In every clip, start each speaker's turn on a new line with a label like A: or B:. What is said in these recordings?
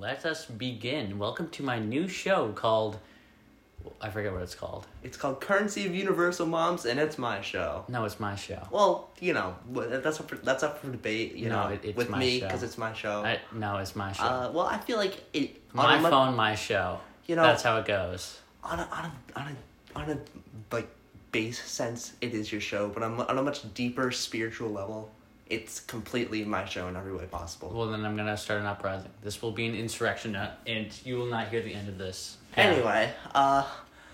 A: let us begin. Welcome to my new show called. I forget what it's called.
B: It's called Currency of Universal Moms, and it's my show.
A: No, it's my show.
B: Well, you know wh- that's up for, that's up for debate. You
A: No,
B: know,
A: it- it's
B: with
A: my
B: me
A: show.
B: because it's my show.
A: I, no, it's my show.
B: uh, well, I feel like it. on
A: my
B: a mon-
A: phone, my show.
B: You know-
A: that's how it goes.
B: on a on a on a on a like base sense, it is your show, but on on a much deeper spiritual level, it's completely my show in every way possible.
A: Well, then I'm gonna start an uprising. This will be an insurrection, uh, and you will not hear the end of this. Yeah.
B: Anyway, uh,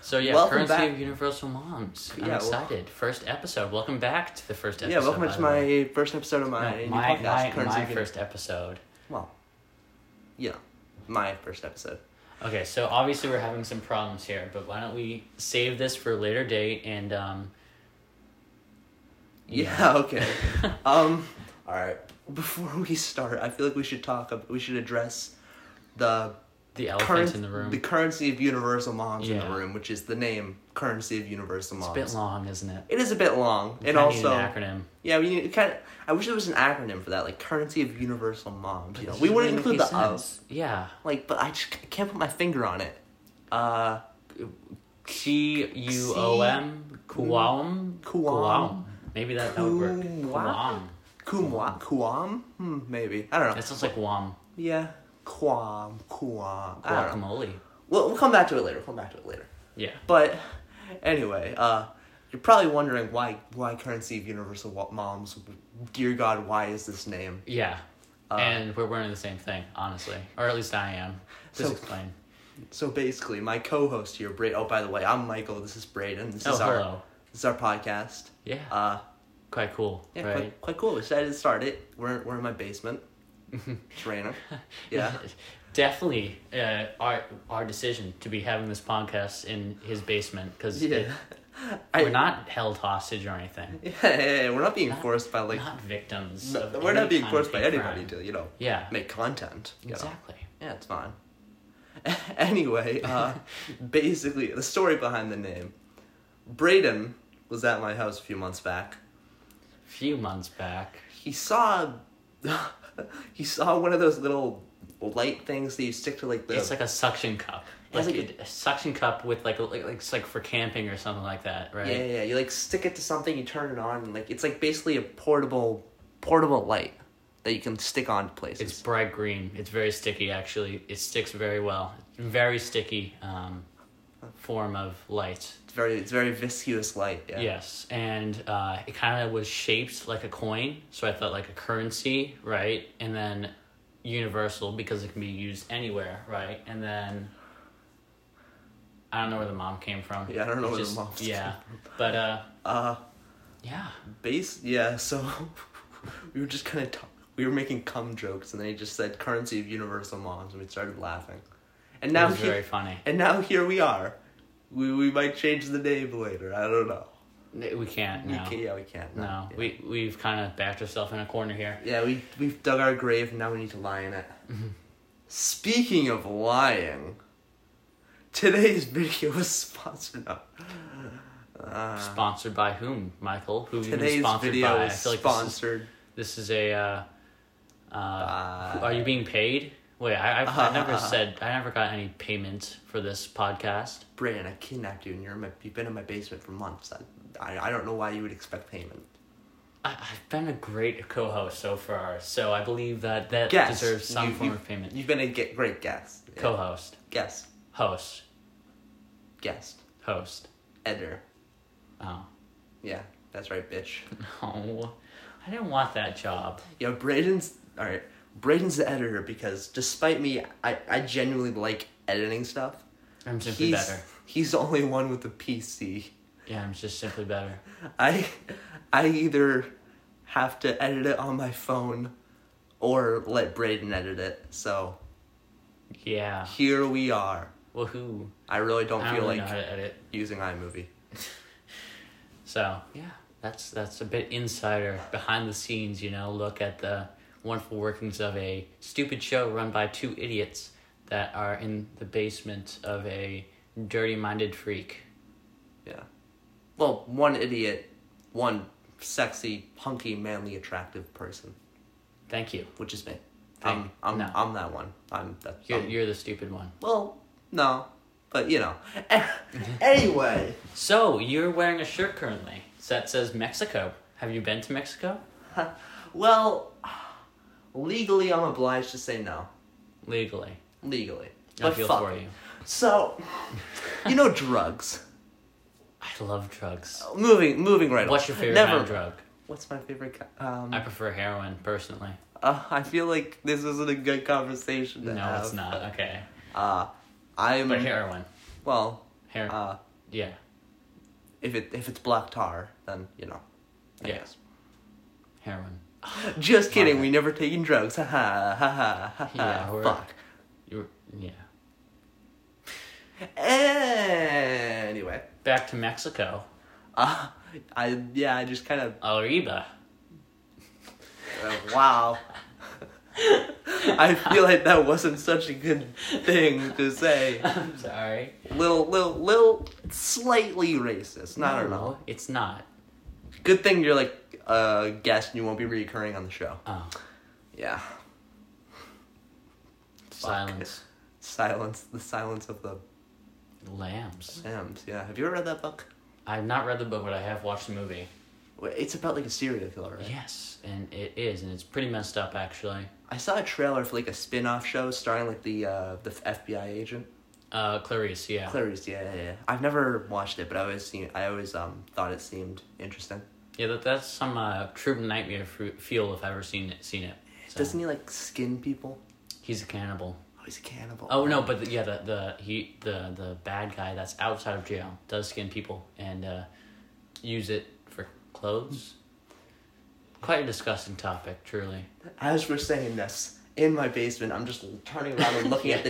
A: So yeah,
B: welcome
A: currency
B: back-
A: of universal moms. I'm
B: Yeah, well-
A: excited. first episode. Welcome back to the first episode.
B: yeah, welcome
A: by
B: to
A: the way.
B: my first episode of my
A: No,
B: new
A: my,
B: podcast,
A: my,
B: Currency
A: my
B: of Uni-
A: first episode.
B: Well, yeah, my first episode.
A: Okay, so obviously we're having some problems here, but why don't we save this for a later date and um
B: Yeah, okay. um, all right. Before we start, I feel like we should talk. ab- We should address the
A: the elephant
B: current,
A: in the room.
B: the currency of universal moms in
A: Yeah.
B: the room, which is the name currency of universal moms.
A: it's a bit long, isn't it?
B: It is a bit long, and
A: Kinda need
B: also
A: an acronym.
B: yeah, we kind of. I wish there was an acronym for that, like currency of universal moms. You know, we
A: Doesn't
B: wouldn't
A: really
B: include the
A: make any
B: of,
A: sense. Yeah.
B: like, but I just c- can't put my finger on it. Uh,
A: C U O M Kuam
B: Kuam.
A: Maybe that, that would work.
B: Kuam.
A: Kuam.
B: Kumwa, Kuam, hmm, maybe I don't know.
A: That sounds like Guam.
B: Yeah, Kuam, Kuam. I don't know.
A: Guacamole.
B: We'll, we'll come back to it later. We'll come back to it later.
A: Yeah.
B: But anyway, uh, you're probably wondering why why currency of universal Wa- moms. Dear God, why is this name?
A: Yeah.
B: Uh.
A: and we're wearing the same thing, honestly. Or at least I am. Just
B: So-
A: explain.
B: So basically, my co-host here, Bray. Oh, by the way, I'm Michael. This is Braden. This
A: Oh,
B: is our
A: hello.
B: this is our podcast.
A: Yeah.
B: Uh,
A: quite cool,
B: yeah,
A: right?
B: quite, quite cool. We're excited to start it. We're we're in my basement. it's raining. Yeah.
A: Definitely uh, our our decision to be having this podcast in his basement because
B: Yeah. I-
A: we're not held hostage or anything.
B: Yeah, yeah, yeah, we're not being forced by like
A: not victims.
B: no,
A: of
B: we're
A: any
B: not being
A: kind
B: forced
A: of
B: by
A: hate
B: anybody
A: crime.
B: to you know
A: Yeah.
B: make content. You know?
A: Exactly.
B: Yeah, it's fine. anyway, uh, basically, the story behind the name. Braden was at my house a few months back.
A: A few months back.
B: He saw, he saw one of those little light things that you stick to like the.
A: It's like a suction cup.
B: It's
A: Like,
B: like
A: a, a suction cup with like, a, like like it's like for camping or something like that, right?
B: yeah, yeah, yeah. You like stick it to something, you turn it on, and like it's like basically a portable, portable light that you can stick on to places.
A: It's bright green. It's very sticky actually. It sticks very well. Very sticky um, form of light.
B: It's very, it's very viscous light. Yeah.
A: Yes, and uh, it kind of was shaped like a coin, so I thought like a currency, right? And then universal because it can be used anywhere, right? And then I don't know where the mom came from.
B: Yeah, I don't know
A: It's
B: where the mom came
A: Yeah, but uh,
B: Uh,
A: yeah,
B: base yeah so we were just kind of talk- we were making cum jokes and then he just said currency of universal moms and we started laughing and
A: that
B: now
A: was
B: he-
A: very funny.
B: and now here we are we, we might change the name later i don't know
A: N- We can't
B: we
A: no,
B: can't, yeah we can't
A: no.
B: yeah.
A: We we've kind of backed ourselves in a corner here.
B: yeah we, we've dug our grave and now we need to lie in it
A: Mm-hmm.
B: speaking of lying today's video is sponsored no. uh,
A: Sponsored by whom, Michael? Who have you been
B: today's
A: sponsored
B: video
A: by?
B: is
A: I feel like this is,
B: sponsored
A: this is a. Uh, uh,
B: by
A: Are you being paid? Wait, I, I, I never said I never got any payment for this podcast.
B: Brandon, I kidnapped you, and you're in my, you've been in my basement for months. I, I, I don't know why you would expect payment.
A: I, I've been a great co-host so far, so I believe that that
B: Guess.
A: deserves some
B: You-
A: form
B: you-
A: of payment.
B: You've been a ge- great guest. Yeah.
A: Co-host,
B: Guest.
A: host,
B: Guest.
A: host.
B: Editor.
A: Oh,
B: Yeah, that's right, bitch.
A: no, I didn't want that job.
B: yeah, Braden's. Alright. Braden's the editor because despite me, I, I genuinely like editing stuff.
A: I'm simply
B: he's,
A: better.
B: He's the only one with a PC.
A: Yeah, I'm just simply better.
B: I I either have to edit it on my phone or let Braden edit it. So
A: Yeah.
B: here we are.
A: Woohoo!
B: I really don't,
A: I don't
B: feel
A: really know
B: like
A: how to edit.
B: using iMovie.
A: So yeah, that's that's a bit insider behind the scenes, you know. Look at the wonderful workings of a stupid show run by two idiots that are in the basement of a dirty-minded freak.
B: Yeah. Well, one idiot, one sexy, hunky, manly, attractive person,
A: Thank you.
B: which is me. I'm
A: thing.
B: I'm
A: No.
B: I'm that one. I'm that.
A: You're,
B: I'm-
A: you're the stupid one.
B: well, no, but you know. anyway,
A: So you're wearing a shirt currently that says Mexico. Have you been to Mexico?
B: well, legally I'm obliged to say no.
A: Legally,
B: Legally,
A: I
B: but
A: feel
B: fuck
A: for
B: it.
A: you.
B: So, you know drugs.
A: I love drugs.
B: Moving moving right.
A: What's
B: on.
A: your favorite
B: Oh, Never.
A: kind of drug?
B: What's my favorite? ki- Um,
A: I prefer heroin personally.
B: uh, I feel like this isn't a good conversation to
A: No,
B: have.
A: it's not. Okay,
B: Uh, I'm
A: but heroin,
B: well.
A: heroin.
B: Uh,
A: yeah,
B: if it if it's black tar, then you know. I
A: Yeah.
B: guess.
A: heroin.
B: Just kidding.
A: Okay.
B: We never taking drugs. Ha ha ha ha ha.
A: Yeah, we're-
B: Fuck.
A: You yeah.
B: Anyway,
A: Back to Mexico,
B: uh, I yeah, I just kind of
A: Arriba.
B: uh, wow. I feel like that wasn't such a good thing to say.
A: I'm sorry.
B: Little, little, little, slightly racist. No, I don't know.
A: No, It's not.
B: Good thing you're like a guest and you won't be reoccurring on the show.
A: Oh,
B: Yeah.
A: silence.
B: Silence. The silence of the
A: Lambs.
B: lambs. Yeah. Have you ever read that book?
A: I've not read the book, but I have watched the movie.
B: Wait, It's about like a serial killer, right?
A: Yes, and it is, and it's pretty messed up actually.
B: I saw a trailer for like a spin-off show starring like the uh, the FBI agent.
A: Uh, Clarice, yeah.
B: Clarice, yeah, yeah, yeah. I've never watched it, but I always seen. I always um thought it seemed interesting.
A: yeah, that, that's some uh, true nightmare fru- feel if I've ever seen it. Seen it. So,
B: Doesn't he like skin people?
A: he's a cannibal.
B: Oh, he's a cannibal.
A: Oh no, but the, yeah, the the he the the bad guy that's outside of jail does skin people and uh, use it for clothes. Quite a disgusting topic, truly.
B: As we're saying this, in my basement, I'm just turning around and looking at the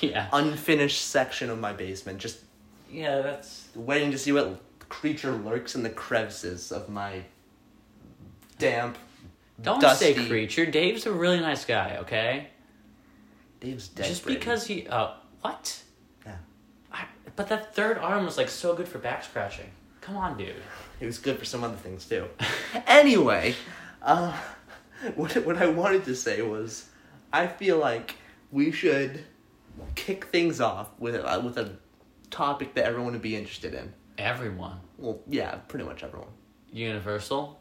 A: Yeah.
B: unfinished section of my basement, just
A: Yeah, that's
B: waiting to see what creature lurks in the crevices of my damp.
A: don't say
B: Dusty.
A: creature. Dave's a really nice guy. Okay,
B: Dave's dead.
A: just
B: Brady.
A: because he uh what?
B: Yeah.
A: I, but that third arm was like so good for back scratching. Come on, dude.
B: It was good for some other things too. anyway, uh, what what I wanted to say was, I feel like we should kick things off with uh, with a topic that everyone would be interested in.
A: Everyone.
B: Well, yeah, pretty much everyone.
A: Universal.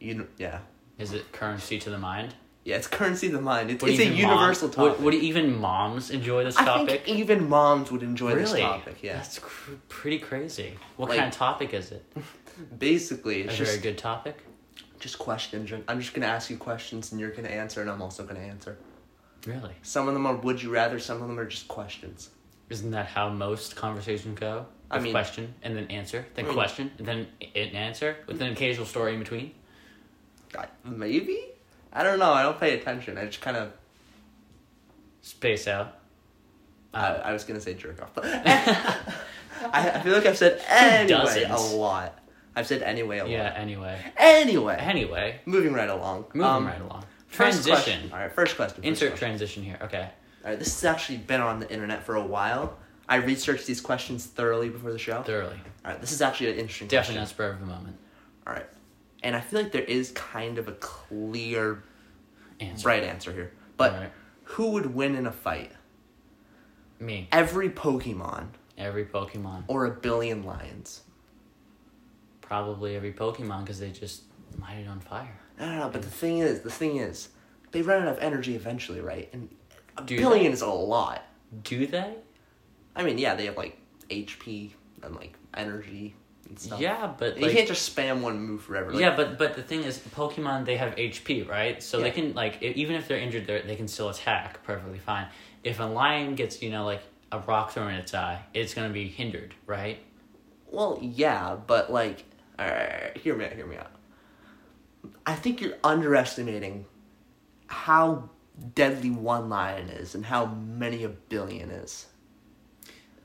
B: You kn- yeah
A: Is it currency to the mind?
B: yeah. It's currency of the mind. It's,
A: Would
B: it's a
A: even
B: universal
A: mom-
B: topic.
A: Would, would even moms enjoy this
B: I
A: topic?
B: think even moms would enjoy
A: really?
B: this topic. Yeah,
A: That's cr- pretty crazy. What
B: Like-
A: kind of topic is it?
B: basically,
A: A
B: it's
A: very
B: just
A: good topic.
B: just questions. I'm just gonna ask you questions, and you're gonna answer, and I'm also gonna answer.
A: Really?
B: Some of them are would you rather. Some of them are just questions.
A: Isn't that how most conversations go?
B: I
A: With
B: mean-
A: question and then answer, then
B: I mean-
A: question and then a- an answer with an occasional story in between.
B: I, maybe? I don't know. I don't pay attention. I just kind of.
A: Space out.
B: I,
A: Oh.
B: I was gonna say jerk off. but- I, I feel like I've said anyway a
A: doesn't?
B: lot. I've said anyway a
A: Yeah.
B: lot.
A: Anyway.
B: Anyway,
A: Anyway,
B: moving right along.
A: moving
B: Um,
A: right along.
B: first
A: Transition.
B: question. All right, first question. first
A: Insert
B: question.
A: transition here. Okay.
B: All right, this has actually been on the internet for a while. I researched these questions thoroughly before the show.
A: Thoroughly.
B: All right, this is actually an interesting
A: Definitely not
B: question.
A: spur of the moment.
B: All right, and I feel like there is kind of a clear
A: Answer.
B: right answer here, but
A: All right.
B: who would win in a fight?
A: Me.
B: Every Pokemon
A: Every Pokemon.
B: or a billion lions.
A: Probably every Pokemon because they just light it on fire.
B: I don't know, but the thing is, the thing is, they run out of energy eventually, right? And a
A: Do
B: billion is a lot.
A: Do they?
B: I mean, yeah, they have like HP and like energy and stuff.
A: Yeah, but
B: you
A: like,
B: can't just spam one move forever. Like,
A: yeah, but but the thing is, Pokemon they have HP, right? So they
B: Yeah.
A: can like e- even if they're injured, they they can still attack perfectly fine. If a lion gets you know like a rock thrown in its eye, it's gonna be hindered, right?
B: Well, yeah, but like, all right, hear me out. Hear me out. I think you're underestimating how deadly one lion is and how many a billion is.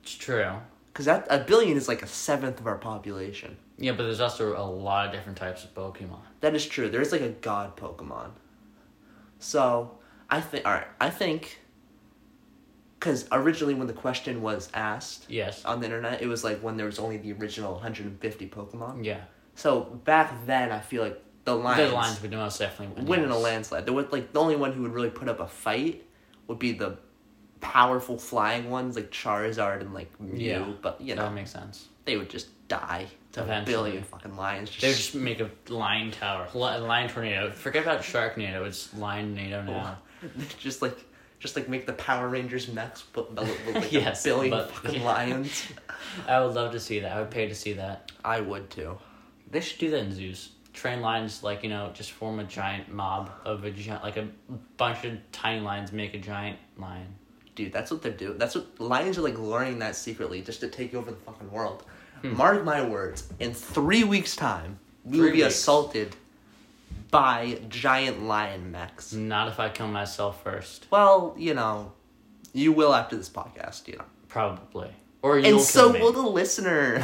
A: It's true.
B: Because that a billion is like a seventh of our population.
A: Yeah, but there's also a lot of different types of Pokemon.
B: That is true. There is like a god Pokemon. So I think. All right. I think. Because originally, when the question was asked
A: Yes.
B: on the internet, it was like when there was only the original 150 Pokemon.
A: Yeah.
B: So back then, I feel like the Lions,
A: The Lions would most definitely win.
B: win in a
A: yes.
B: landslide. There was like the only one who would really put up a fight would be the powerful flying ones like Charizard and like Mew,
A: Yeah,
B: but you
A: that
B: know
A: would make sense.
B: they would just die to a
A: Eventually.
B: billion fucking lions.
A: They would just make a lion tower, li- lion tornado. Forget about shark tornado. It's lion tornado now.
B: just like just like make the Power Rangers mechs, but but, but, like
A: Yes,
B: a billion
A: but-
B: fucking
A: yeah.
B: lions.
A: I would love to see that. I would pay to see that.
B: I would too.
A: They should do that in zoos. Train lions, like you know, just form a giant mob of a giant, like a bunch of tiny lions make a giant lion.
B: Dude, that's what they're doing. That's what lions are like learning that secretly just to take over the fucking world. Mark my words, in three weeks' time, we will
A: Hmm. Three
B: be
A: weeks.
B: assaulted by giant lion mechs.
A: Not if I kill myself first,
B: Well, you know, you will after this podcast, you know.
A: probably. Or you'll
B: And so
A: kill me.
B: will the listener.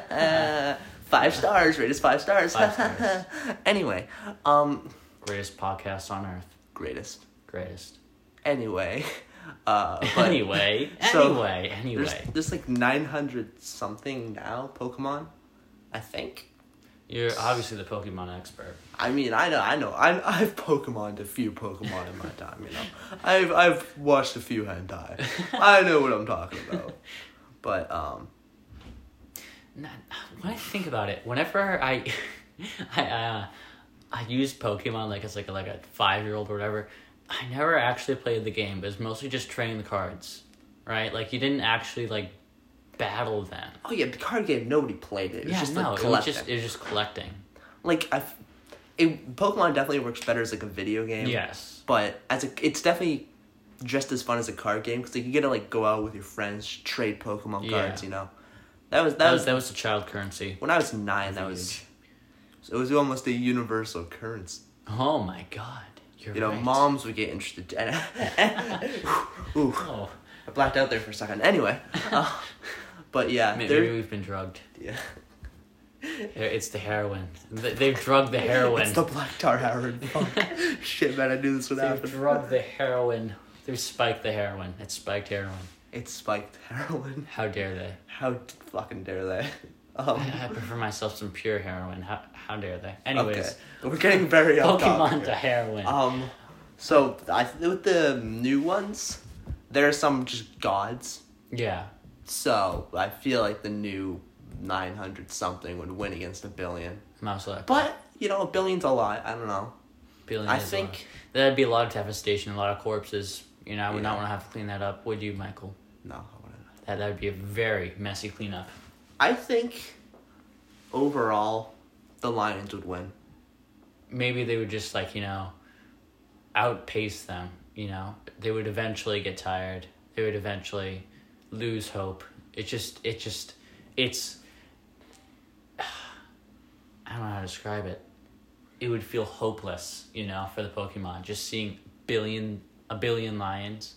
B: five stars, rate us five stars.
A: Five stars.
B: anyway, um,
A: greatest podcast on earth.
B: greatest.
A: Greatest.
B: Anyway, uh, but
A: anyway,
B: So,
A: anyway,
B: there's,
A: anyway.
B: there's like 900 something now Pokemon, I think.
A: You're obviously the Pokemon expert.
B: I mean, I know, I know, I I've Pokemoned a few Pokemon in my time, you know. I've I've watched a few hentai. I know what I'm talking about. But um,
A: Not, when I think about it, whenever I, I, uh, I use Pokemon like as like a, like a five year old or whatever. I never actually played the game. It was mostly just trading the cards, right? Like you didn't actually like battle them.
B: oh yeah, the card game nobody played it. It was
A: yeah,
B: just
A: no,
B: like
A: it was
B: collecting.
A: just it was just collecting.
B: like I, it Pokemon definitely works better as like a video game.
A: Yes,
B: But as a, it's definitely just as fun as a card game because like you get to like go out with your friends, trade Pokemon
A: Yeah.
B: cards. You know, that was that,
A: that
B: was,
A: was that was the child currency.
B: when I was nine. That was it was almost a universal currency.
A: Oh my god, you're
B: You know,
A: right.
B: moms would get interested. And, ooh,
A: Oh,
B: I blacked out there for a second. Anyway, uh, but yeah,
A: maybe,
B: there-
A: we've been drugged.
B: yeah.
A: It's the heroin. They- They've drugged the heroin.
B: It's the black tar heroin. Fuck. Shit, man, I knew this would
A: They've
B: happen.
A: drugged the heroin. They've spiked the heroin. It's spiked heroin.
B: It's spiked heroin.
A: How dare they?
B: How d- fucking dare they? Um,
A: I prefer myself some pure heroin. How, how dare they? Anyways,
B: okay, we're getting very off
A: Pokemon
B: topic.
A: to
B: here.
A: heroin.
B: Um, so I th- with the new ones, there are some just gods.
A: yeah.
B: So I feel like the new nine hundred something would win against a billion.
A: Mouse luck.
B: But you know, a billion's a lot. I don't know.
A: Billion
B: I
A: is a lot.
B: think-
A: That'd be a lot of devastation, a lot of corpses. You know, I would
B: Yeah.
A: not want to have to clean that up, would you, Michael?
B: No, I wouldn't.
A: That that would be a very messy cleanup.
B: I think overall, the lions would win.
A: Maybe they would just, like, you know, outpace them, you know? They would eventually get tired. They would eventually lose hope. It just, it just, it's. I don't know how to describe it. It would feel hopeless, you know, for the Pokemon. Just seeing billion a billion lions,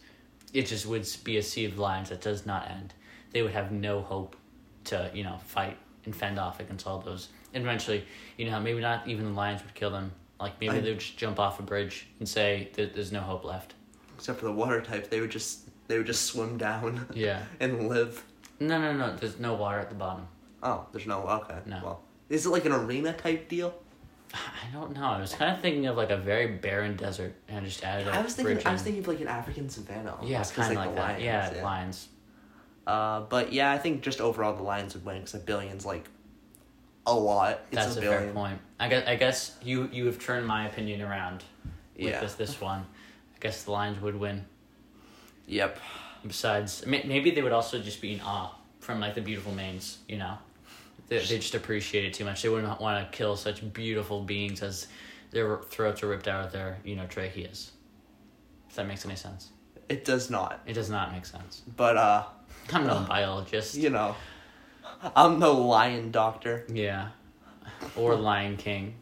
A: it just would be a sea of lions that does not end. They would have no hope to, you know, fight and fend off against all those. And eventually, you know, maybe not even the lions would kill them. Like maybe
B: I-
A: they would just jump off a bridge and say that there's no hope left.
B: Except for the water type, they would just they would just swim down.
A: Yeah.
B: and live.
A: No, no, no. There's no water at the bottom.
B: Oh, there's no okay.
A: No.
B: Well, is it like an arena type deal?
A: I don't know. I was kind of thinking of like a very barren desert and just added. a
B: I was thinking.
A: bridge
B: I was
A: in.
B: thinking of like an African savannah.
A: Yeah,
B: almost, 'cause,
A: kind of like,
B: the
A: that.
B: lions,
A: yeah, lions.
B: Uh, but yeah, I think just overall the lions would win because a billion's like a lot. It's
A: That's
B: a
A: a
B: billion.
A: fair point. I guess I guess you you have turned my opinion around with
B: Yeah.
A: this this one. I guess the lions would win.
B: Yep.
A: Besides, may- maybe they would also just be in awe from like the beautiful manes. You know, they they just appreciate it too much. They wouldn't want to kill such beautiful beings as their throats are ripped out of their you know tracheas. If that makes any sense,
B: It does not.
A: it does not make sense.
B: But uh,
A: I'm not a biologist.
B: you know, I'm no lion doctor.
A: Yeah. Or Lion King,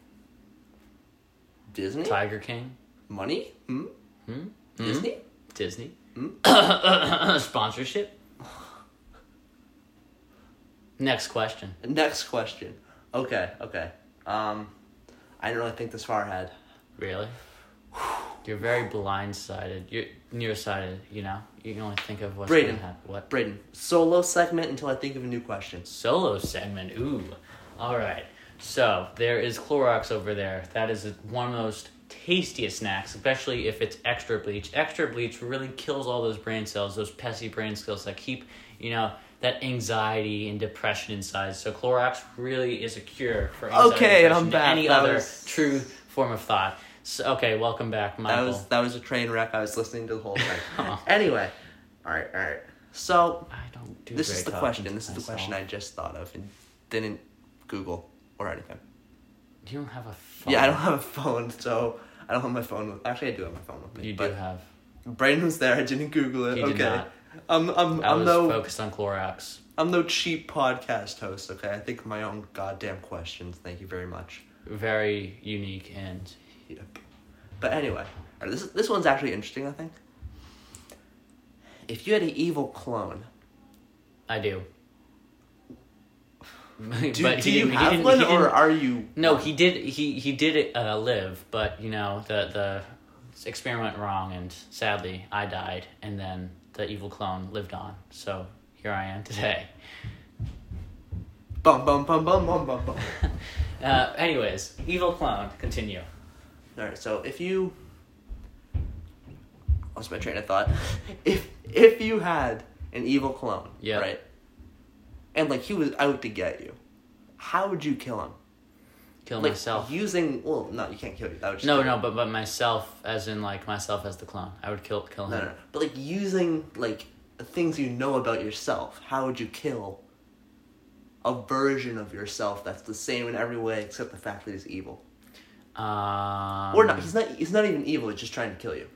B: Disney
A: Tiger King,
B: money? Hmm.
A: hmm?
B: Disney.
A: Disney. Sponsorship. Next question.
B: Next question. Okay. Okay. Um, I didn't really think this far ahead.
A: Really? You're very blindsided. You're nearsighted, you know? You can only think of what's
B: Brayden.
A: gonna happen. What?
B: Brayden, solo segment until I think of a new question.
A: Solo segment. Ooh. All right. So there is Clorox over there. That is one of the most tastiest snacks, especially if it's extra bleach. Extra bleach really kills all those brain cells, those pesky brain cells that keep, you know, that anxiety and depression inside. So Clorox really is a cure for anxiety
B: Okay,
A: depression,
B: and I'm back.
A: any
B: That
A: other
B: was-
A: true form of thought. So, okay, welcome back,
B: That
A: Michael.
B: was that was a train wreck. I was listening to the whole thing.
A: Aw.
B: anyway, all right, all right. So
A: I don't do
B: this
A: very
B: is the
A: talking
B: question.
A: to
B: This is the
A: myself.
B: question I just thought of and didn't Google or anything.
A: You don't have a phone.
B: Yeah, I don't have a phone, so I don't have my phone. With, actually, I do have my phone with me.
A: You do
B: but
A: have.
B: Brain was there. I didn't Google it.
A: You
B: okay.
A: did not.
B: I'm I'm
A: I
B: I'm
A: was
B: no
A: focused on Clorox.
B: I'm no cheap podcast host. Okay, I think of my own goddamn questions. Thank you very much.
A: Very unique and
B: Yep. But anyway, all right, this this one's actually interesting. I think. If you had an evil clone,
A: I do.
B: do,
A: But
B: do
A: he
B: you
A: didn't- he
B: have
A: didn't-
B: one
A: he
B: or
A: didn't-
B: are you?
A: No,
B: one?
A: he did. He he did uh, live, but you know the the experiment went wrong, and sadly I died, and then the evil clone lived on. So here I am today.
B: Bum bum bum bum bum bum bum.
A: Uh, anyways, evil clone. Continue.
B: All right, so if you lost my train of thought, if if you had an evil clone,
A: Yeah.
B: right, and like he was out to get you, how would you kill him?
A: Kill
B: like
A: myself.
B: using well, no, you can't kill you. That would just
A: no, no, but but myself, as in like myself as the clone. I would kill kill
B: no,
A: him.
B: no, no. But like using like things you know about yourself, how would you kill a version of yourself that's the same in every way except the fact that he's evil?
A: Um,
B: or not? He's not. He's not even evil. He's just trying to kill you.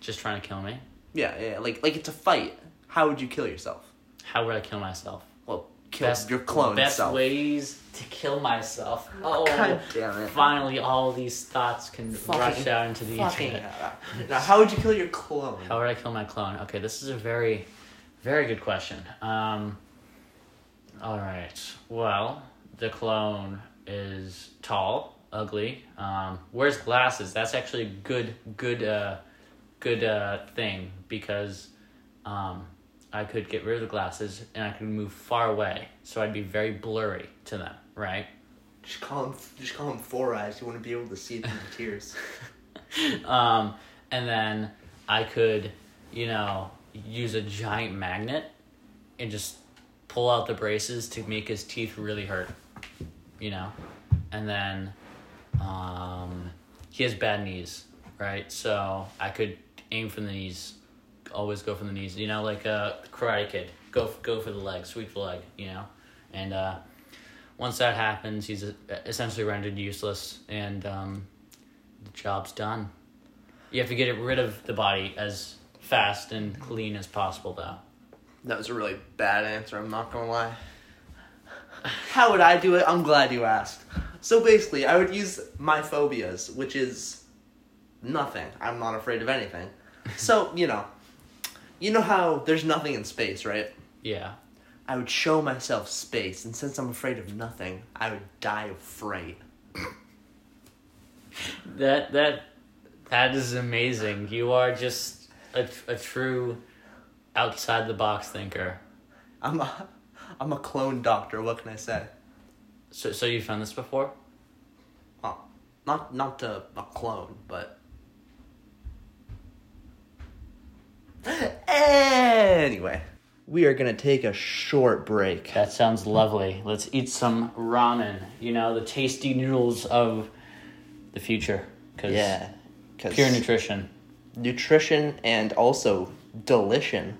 A: Just trying to kill me.
B: Yeah, yeah, like like it's a fight. How would you kill yourself?
A: How would I kill myself?
B: Well, kill your clone
A: Best
B: self.
A: ways to kill myself. Oh,
B: God damn it.
A: Finally, all these thoughts can
B: Fucking-
A: rush out into the
B: Fucking
A: internet.
B: hell. now, how would you kill your clone?
A: How would I kill my clone? Okay, this is a very, very good question. Um, all right. Well, the clone is tall, ugly. Um, wears glasses. That's actually a good, good, uh, good uh, thing because um, I could get rid of the glasses and I could move far away, so I'd be very blurry to them, right?
B: Just call him. Just call him Four Eyes. You wouldn't be able to see through the tears.
A: um, and then I could, you know, use a giant magnet and just pull out the braces to make his teeth really hurt, you know, and then um, he has bad knees, right? So I could aim from the knees, always go from the knees, you know, like a Karate Kid, go f- go for the leg, sweep the leg, you know, and. uh once that happens, he's uh, essentially rendered useless, and um, the job's done. You have to get rid of the body as fast and clean as possible, though.
B: That was a really bad answer. I'm not gonna lie. How would I do it? I'm glad you asked. So basically, I would use my phobias, which is nothing. I'm not afraid of anything. So you know, you know how there's nothing in space, right?
A: Yeah.
B: I would show myself space, and since I'm afraid of nothing, I would die of fright.
A: That that that is amazing. You are just a a true outside the box thinker.
B: I'm a, I'm a clone doctor. What can I say?
A: So so you've done this before?
B: Well, not not to a clone, but anyway, we are gonna take a short break.
A: That sounds lovely. Let's eat some ramen. You know the tasty noodles of the future. Cause
B: Yeah, 'cause
A: Pure nutrition.
B: nutrition and also delition.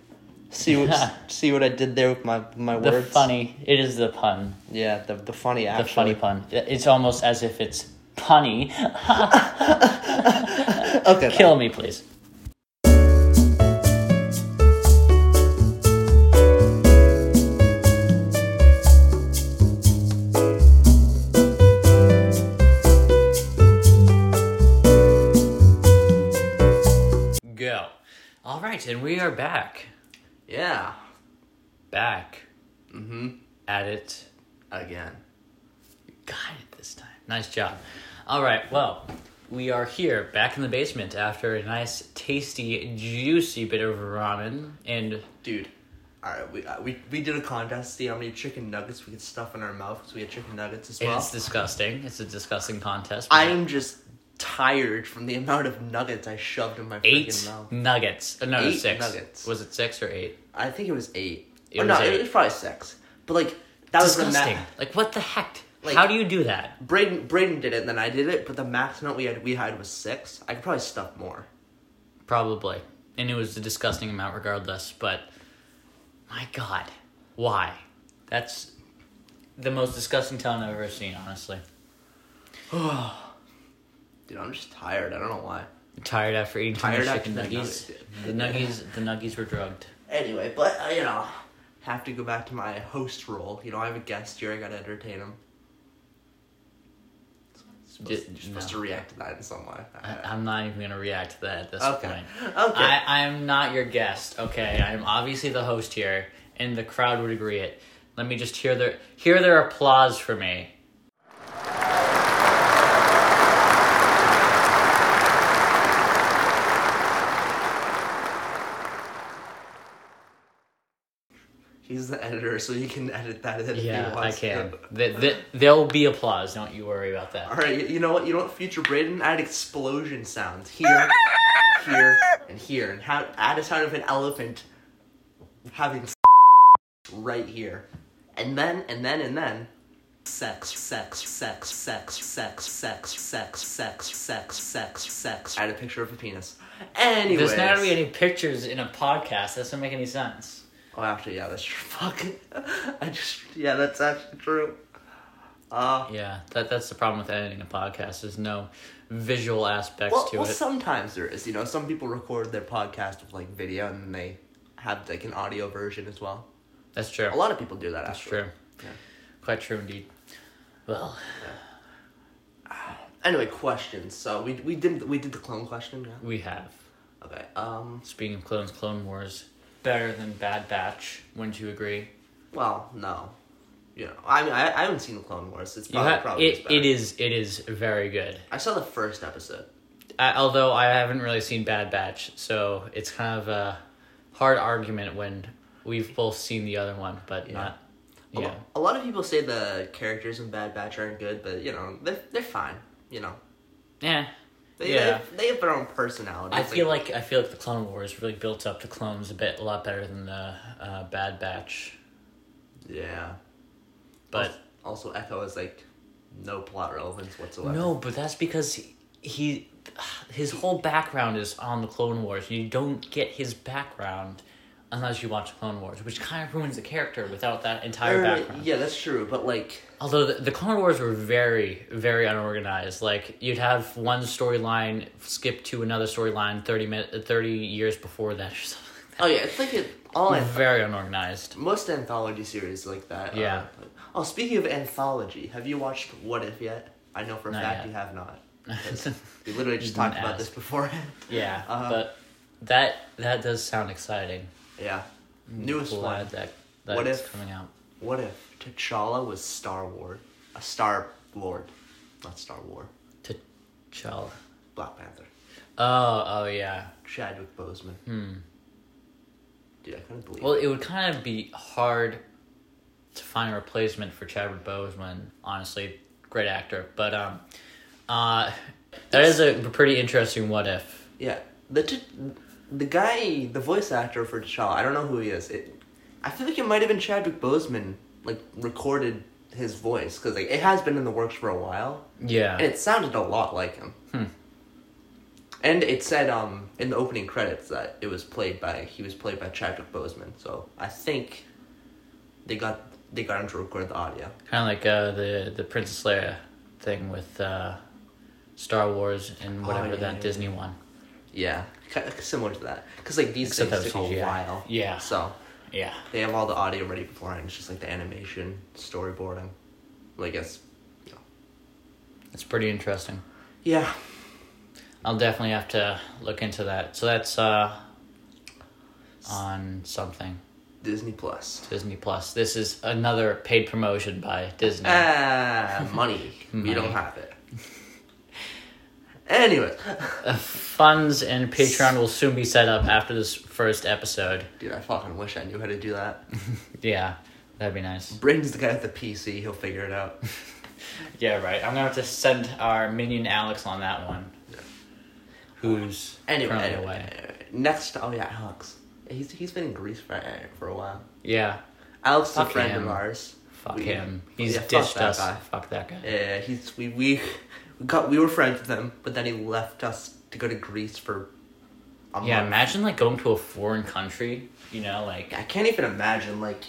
B: See what see what I did there with my my
A: The
B: words.
A: funny. It is the pun.
B: Yeah, the the funny
A: The funny
B: actually.
A: pun. It's almost as if it's punny.
B: Okay.
A: Kill me, please. Go. All right, and we are back.
B: Yeah.
A: Back. Mm-hmm. At it
B: Again.
A: Got it this time. Nice job. All right, well, we are here back in the basement after a nice, tasty, juicy bit of ramen and
B: Dude, all right, we, uh, we we did a contest to see how many chicken nuggets we could stuff in our mouth because we had chicken nuggets as
A: And
B: well.
A: it's disgusting. It's a disgusting contest. but
B: I'm just tired from the amount of nuggets I shoved in my
A: eight
B: freaking mouth.
A: nuggets. Uh, No,
B: Eight
A: six.
B: nuggets.
A: Was it six or eight?
B: I think it was eight.
A: It
B: or
A: was
B: no,
A: eight.
B: it was probably six. But like that was the
A: disgusting.
B: max.
A: like what the heck?
B: Like-
A: How do you do that?
B: Braden Braden did it, and then I did it. But the max amount we had we had was six. I could probably stuff more.
A: Probably. And it was a disgusting amount regardless, but my god. Why? That's the most disgusting town I've ever seen, honestly.
B: Dude, I'm just tired. I don't know why.
A: Tired after eating too much
B: Tired
A: chicken
B: after the
A: nuggies.
B: nugget.
A: The nuggies the nuggies were drugged.
B: Anyway, but uh, you know, have to go back to my host role. You know, I have a guest here. I gotta entertain him. Supposed-
A: Did-
B: you're supposed
A: no.
B: to react to that in some way.
A: I, I'm not even gonna react to that at this
B: Uh, Okay.
A: point.
B: Okay.
A: I, I'm not your guest, okay? I'm obviously the host here, and the crowd would agree it. Let me just hear their hear their applause for me.
B: He's the editor, so he can edit that in if
A: Yeah,
B: he
A: I
B: wants.
A: can. Th th there'll be applause. Don't you worry about that.
B: All right, you know what? You know what? Future Braden, add explosion sounds here, here, and here, and how, add a sound of an elephant having right here, and then, and then, and then, sex, sex, sex, sex, sex, sex, sex, sex, sex, sex, sex. Add a picture of a penis. Anyway.
A: There's not gonna be any pictures in a podcast. That doesn't make any sense.
B: Oh, actually, yeah, that's true. Fuck. I just, yeah, that's actually true. Uh,
A: Yeah, that that's the problem with editing a podcast. There's no visual aspects
B: well,
A: to
B: well
A: it.
B: sometimes there is you know some people record their podcast with like video and then they have like an audio version as well
A: that's true.
B: a lot of people do that
A: That's true.
B: Yeah.
A: Quite true indeed. Well,
B: anyway questions so we we did we did the clone question yeah
A: we have.
B: okay um
A: Speaking of clones, Clone Wars better than Bad Batch. Wouldn't you agree?
B: well no you know i mean i, I haven't seen the clone wars it's
A: You
B: probably,
A: ha-
B: probably
A: it,
B: better.
A: it is it is very good.
B: i saw the first episode
A: I, although I haven't really seen Bad Batch, so it's kind of a hard argument when we've both seen the other one, but not.
B: a, lo-
A: Yeah,
B: a lot of people say the characters in bad batch aren't good but you know they're, they're fine you know
A: yeah,
B: they, they,
A: Yeah.
B: have, they have their own personality
A: I feel like I feel like the Clone Wars really built up the clones a bit, a lot better than the uh, Bad Batch.
B: yeah
A: But
B: Als- also Echo is like no plot relevance whatsoever.
A: no, but that's because he, he his whole background is on the Clone Wars. You don't get his background unless you watch Clone Wars, which kind of ruins the character without that
B: Or,
A: entire background.
B: yeah, that's true. But like,
A: Although the, the Clone Wars were very, very unorganized. Like you'd have one storyline skip to another storyline thirty minute, thirty years before that, or something like
B: oh yeah, it's like it, all
A: that.
B: anth-
A: Very unorganized.
B: most anthology series like that. are-
A: Yeah.
B: oh, speaking of anthology, have you watched What If yet? I know for a
A: Not
B: fact
A: yet.
B: you have not. 'cause we literally just talked
A: didn't
B: about this
A: ask.
B: beforehand.
A: Yeah,
B: Uh,
A: but that that does sound exciting.
B: yeah,
A: Mm,
B: newest one.
A: Glad that that's
B: What if-
A: coming out.
B: What if T'Challa was Star Lord? A Star Lord, not Star War.
A: T'Challa.
B: Black Panther.
A: Oh, oh yeah.
B: Chadwick Boseman. Dude, I couldn't believe.
A: Well, it would kind of be hard to find a replacement for Chadwick Boseman. Honestly, great actor, but um, uh, that is a pretty interesting what if.
B: Yeah, the t- the guy, the voice actor for T'Challa, I don't know who he is. It, I feel like it might have been Chadwick Boseman, like recorded his voice because like it has been in the works for a while, and
A: Yeah.
B: it sounded a lot like him. And it said um in the opening credits that it was played by he was played by Chadwick Boseman, so I think they got they got him to record the audio.
A: Kind of like uh, the the Princess Leia thing with uh, Star Wars and whatever
B: yeah,
A: that
B: Oh, yeah,
A: Disney one.
B: Yeah, ki similar to that because like these
A: Except
B: things
A: that
B: took
A: was
B: a
A: CGI.
B: while.
A: Yeah.
B: so.
A: Yeah.
B: They have all the audio ready beforehand. It's just like the animation, storyboarding. Like it's, you know.
A: It's pretty interesting.
B: yeah.
A: I'll definitely have to look into that. So that's uh, on something.
B: Disney Plus.
A: Disney Plus. This is another paid
B: Uh.
A: promotion by Disney.
B: Ah, money. We
A: Mm-hmm. Money.
B: don't have it. Anyway,
A: Uh, funds and Patreon will soon be set up after this first episode.
B: dude, I fucking wish I knew how to do that.
A: Yeah, that'd be nice.
B: Brayden's the guy with the PC. He'll figure it out.
A: Yeah, right. I'm gonna have to send our minion Alex on that one. Who's
B: Anyway,
A: currently
B: anyway,
A: away.
B: anyway. next, oh yeah, Alex. He's he's been in Greece for for a while.
A: Yeah.
B: Alex is a
A: Fuck
B: friend
A: him.
B: of ours.
A: Fuck
B: We-
A: him. He's
B: yeah, fuck
A: ditched
B: that
A: us.
B: guy.
A: Fuck that guy.
B: Yeah, Uh, he's we we we got we were friends with him, but then he left us to go to Greece for. A
A: Yeah,
B: month.
A: imagine like going to a foreign country, you know, like
B: I can't even imagine like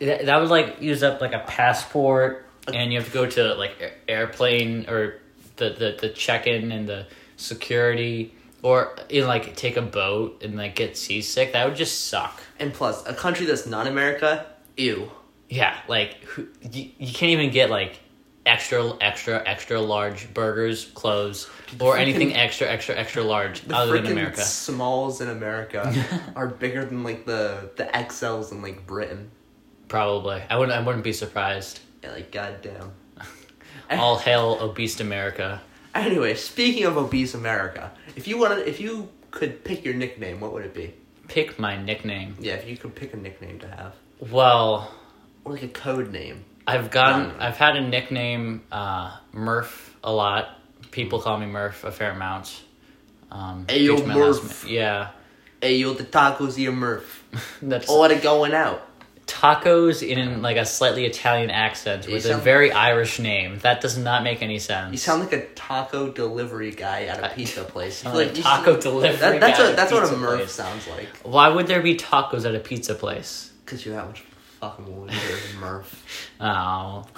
A: that, that would like use up like a passport and you have to go to like a- airplane or the, the, the check-in and the security or you know, like take a boat and like get seasick. That would just suck.
B: and plus a country that's not America. Ew.
A: Yeah, like who, you, you can't even get like extra extra extra large burgers, clothes, or anything extra extra extra large
B: The
A: other than
B: frickin'
A: America.
B: smalls in America are bigger than like the the XLs in like Britain.
A: Probably, I wouldn't I wouldn't be surprised.
B: Yeah, like goddamn.
A: All hail obese America.
B: Anyway, speaking of obese America, if you wanted, if you could pick your nickname, what would it be?
A: Pick my nickname.
B: Yeah, if you could pick a nickname to have,
A: Well,
B: or like a code name.
A: I've gotten
B: No, no, no.
A: I've had a nickname uh, Murph a lot.
B: Hmm.
A: People call me Murph a fair amount. Um,
B: Hey, yo,
A: due to my last
B: Murph.
A: ma- yeah,
B: Hey, yo, the tacos here, Murph.
A: that's
B: Or the going out.
A: tacos in like a slightly Italian accent
B: You
A: with a
B: sound-
A: very Irish name. That does not make any sense.
B: You sound like a taco delivery guy at a pizza place.
A: sound like taco delivery
B: That, that's
A: guy at
B: what
A: a
B: that's what a
A: pizza
B: Murph
A: place.
B: sounds like.
A: Why would there be tacos at a pizza place?
B: Cause you're that much fucking weird, Murph.
A: Oh.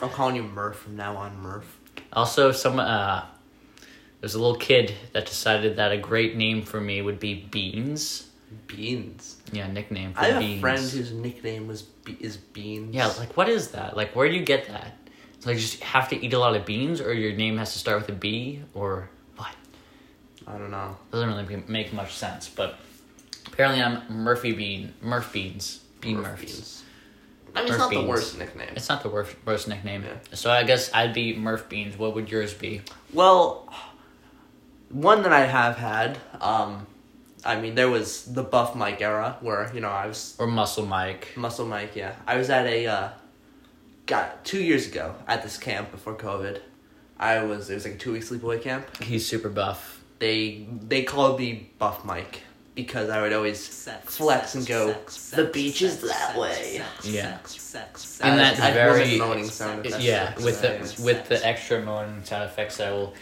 B: I'm calling you Murph from now on, Murph.
A: Also, some uh, there's a little kid that decided that a great name for me would be Beans.
B: Beans.
A: Yeah, nickname for
B: I have
A: Beans.
B: a friend whose nickname was Be- is Beans.
A: Yeah, like what is that? Like where do you get that? It's like you just have to eat a lot of beans, or your name has to start with a B, or what?
B: I don't know.
A: Doesn't really m- make much sense, but apparently I'm Murphy Bean, Murph Beans, Bean Murphs.
B: Murph Beans. I mean,
A: Murph
B: it's not the
A: Beans.
B: worst nickname.
A: It's not the worst, worst nickname.
B: Yeah.
A: So I guess I'd be Murph Beans. What would yours be?
B: Well, one that I have had, um, I mean, there was the Buff Mike era where, you know, I was
A: Or Muscle Mike?
B: Muscle Mike, yeah. I was at a, uh, got two years ago at this camp before COVID. I was, it was like a two week sleepaway camp.
A: He's super buff.
B: They, they called me Buff Mike because I would always flex and go, the beach is that way.
A: Yeah.
B: I-
A: And that's
B: I wasn't
A: very-
B: moaning sound effects.
A: yeah,
B: That's
A: with the
B: nice.
A: with the extra moaning sound effects, I will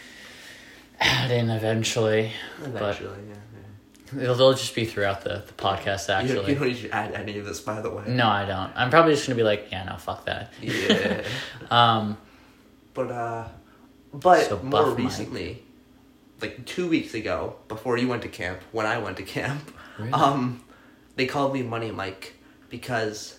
A: add in eventually.
B: Eventually, yeah. yeah.
A: But it'll, they'll just be throughout the, the podcast.
B: You
A: Actually,
B: don't, you don't need to add any of this, by the way.
A: no, I don't. I'm probably just gonna be like, yeah, no, fuck that.
B: Yeah.
A: um,
B: But uh but
A: So
B: more
A: buff Mike.
B: recently, like two weeks ago, before you went to camp, when I went to camp,
A: Really?
B: um, they called me Money Mike because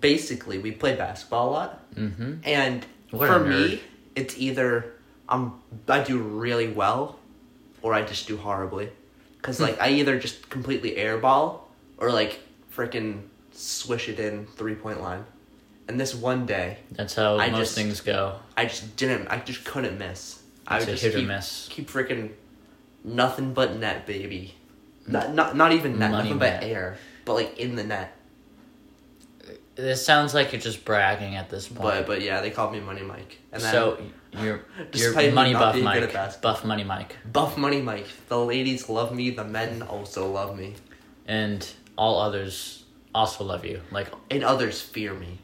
B: basically we play basketball a lot,
A: mm-hmm.
B: and
A: What a
B: for
A: nerd.
B: me, it's either I'm I do really well, or I just do horribly, because like I either just completely airball or like freaking swish it in three point line, and this one day
A: That's how
B: I
A: most
B: just-
A: things go.
B: I just didn't. I just couldn't miss. I
A: It's
B: would
A: a
B: just
A: hit or
B: keep,
A: miss.
B: Keep freaking nothing but net, baby. Not not not even net.
A: Mm. Money
B: nothing
A: net.
B: but air. But like in the net.
A: This sounds like you're just bragging at this point.
B: But but yeah, they called me Money Mike. And then
A: so you're
B: Despite
A: you're
B: me
A: money
B: not
A: buff
B: being good
A: Mike.
B: at basketball.
A: Buff money Mike.
B: Buff Money Mike. The ladies love me. The men also love me.
A: and all others also love you. Like
B: And others fear me.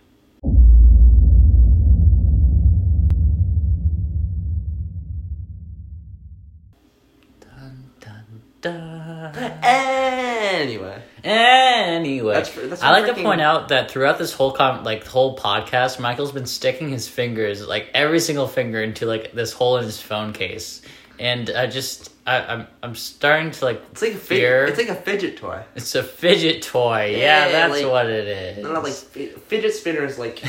A: dun dun dun.
B: Anyway,
A: Anyway,
B: That's fr- that's
A: I like to
B: freaking-
A: point out that throughout this whole con- like whole podcast, Michael's been sticking his fingers, like every single finger, into like this hole in his phone case, and I just I, I'm I'm starting to like
B: it's like a
A: fear.
B: fidget. It's like a fidget toy.
A: It's a fidget toy. Yeah,
B: Yeah,
A: that's
B: like-
A: what it is.
B: They're not like fid- fidget spinners. Like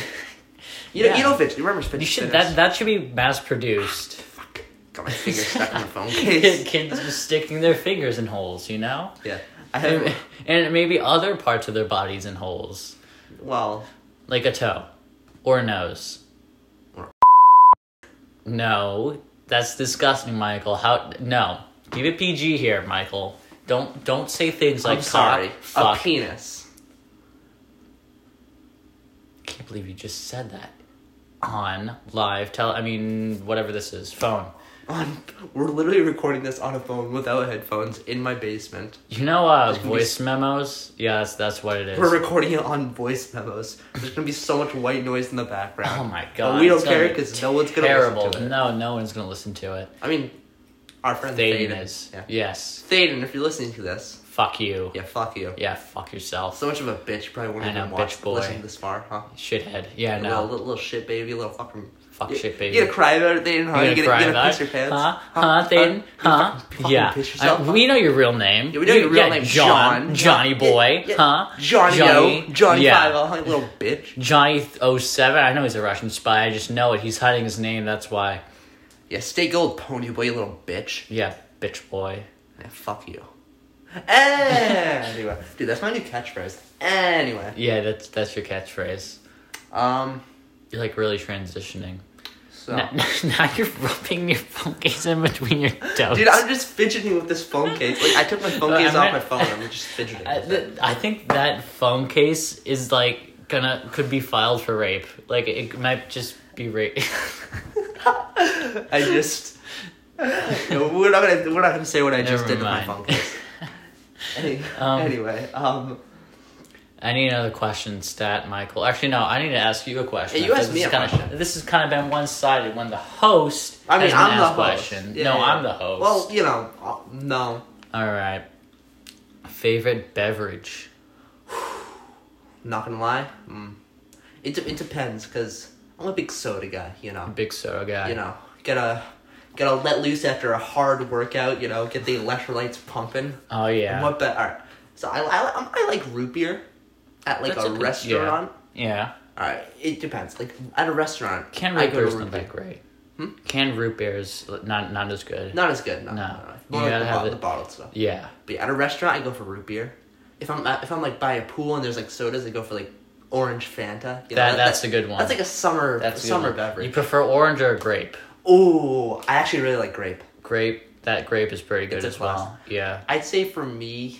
B: you know,
A: Yeah.
B: you know fidget. You remember fidget
A: you should
B: spinners?
A: that that should be mass produced.
B: Fuck. Got my finger stuck in the phone case.
A: Kids just sticking their fingers in holes, you know.
B: Yeah, I
A: and
B: have.
A: and maybe other parts of their bodies in holes,
B: Well,
A: like a toe or a nose.
B: Or-
A: No, That's disgusting, Michael. How? No, keep it PG here, Michael. Don't don't say things like
B: I'm
A: cock,
B: sorry.
A: fuck.
B: A penis.
A: can't believe you just said that on live tell. I mean, whatever this is, phone.
B: On, we're literally recording this on a phone without headphones in my basement.
A: You know, uh,
B: gonna be
A: voice memos. Yeah, that's that's what it is.
B: We're recording it on voice memos. There's gonna be so much white noise in the background.
A: Oh my
B: But
A: god!
B: we don't
A: it's gonna
B: care
A: be
B: because no one's gonna
A: terrible.
B: listen to it.
A: No, no one's gonna listen to it.
B: I mean, our friend
A: They
B: Thaden.
A: is.
B: Yeah.
A: Yes.
B: Thaden, if you're listening to this,
A: Fuck you.
B: yeah, fuck you.
A: Yeah. Fuck yourself.
B: So much of a bitch, you probably won't
A: I
B: even
A: know,
B: watch
A: bitch boy.
B: listen this far, huh?
A: Shithead. Yeah.
B: Little,
A: No.
B: little, little shit baby, little fucking.
A: Fuck
B: you,
A: shit baby.
B: You gonna cry about it, Thaden? Huh? You
A: You
B: gonna,
A: cry
B: you gonna
A: about
B: piss
A: it?
B: your pants?
A: Huh? Huh? Thaden?
B: You gonna
A: Huh?
B: fucking- fucking
A: yeah.
B: piss yourself,
A: Uh,
B: huh?
A: we know your real name.
B: Yeah, we know your real
A: yeah,
B: name,
A: John.
B: John.
A: Johnny
B: Yeah,
A: boy.
B: yeah, yeah.
A: Huh?
B: Johnny,
A: Johnny.
B: Johnny, Johnny
A: yeah.
B: Five, huh, you little bitch.
A: Johnny th- 07. I know he's a Russian spy. I just know it. He's hiding his name. That's why.
B: Yeah, stay gold, pony boy, you little bitch.
A: Yeah, bitch boy.
B: Yeah, fuck you. Anyway, dude, that's my new catchphrase. Anyway,
A: Yeah, that's that's your catchphrase.
B: um,
A: You're like really transitioning.
B: so
A: Now, now you're rubbing your phone case in between your toes.
B: dude, I'm just fidgeting with this phone case. Like, I took my phone
A: Uh,
B: case
A: I'm
B: off
A: gonna-
B: my phone. I'm just fidgeting.
A: I,
B: with it.
A: th- I think that phone case is like gonna could be filed for rape. Like it might just be rape.
B: I just. No, we're not gonna we're not gonna say what I just
A: Never
B: did
A: mind.
B: with my phone case. Any,
A: Um,
B: anyway, um,
A: I need another question, stat Michael. Actually, no, I need to ask you a question.
B: Yeah, you
A: This
B: asked me
A: is
B: a
A: kinda,
B: question.
A: This has kind of been one sided when the host.
B: I mean,
A: hasn't
B: I'm the
A: asked
B: host.
A: question.
B: Yeah,
A: no,
B: yeah.
A: I'm the host.
B: Well, you know, uh, no.
A: all right. Favorite beverage.
B: Not gonna lie. Mm. It de- it depends because I'm a big soda guy. You know,
A: Big soda guy.
B: you know, gotta gotta let loose after a hard workout. You know, get the electrolytes pumping.
A: Oh yeah.
B: What bet? All right. So I I, I'm- I like root beer at like
A: That's
B: a
A: okay.
B: restaurant.
A: Yeah.
B: All right, it depends. Like at a restaurant,
A: Can
B: I
A: root
B: go to
A: beer's
B: root
A: not
B: beer.
A: that great.
B: Hmm?
A: Can root beer's not not as good.
B: Not as good. No,
A: No.
B: no. no, no.
A: You
B: More like
A: gotta
B: the,
A: have
B: bo-
A: it-
B: the bottled stuff.
A: Yeah.
B: But yeah, at a restaurant, I go for root beer. If I'm at, if I'm like by a pool and there's like sodas, I go for like orange Fanta. You
A: That- that's a good one.
B: That's like a summer
A: That's a good
B: summer
A: one. You
B: beverage.
A: prefer orange or grape?
B: Ooh, I actually really like grape.
A: Grape. That grape is pretty good
B: It's a
A: as well. Yeah.
B: I'd say for me,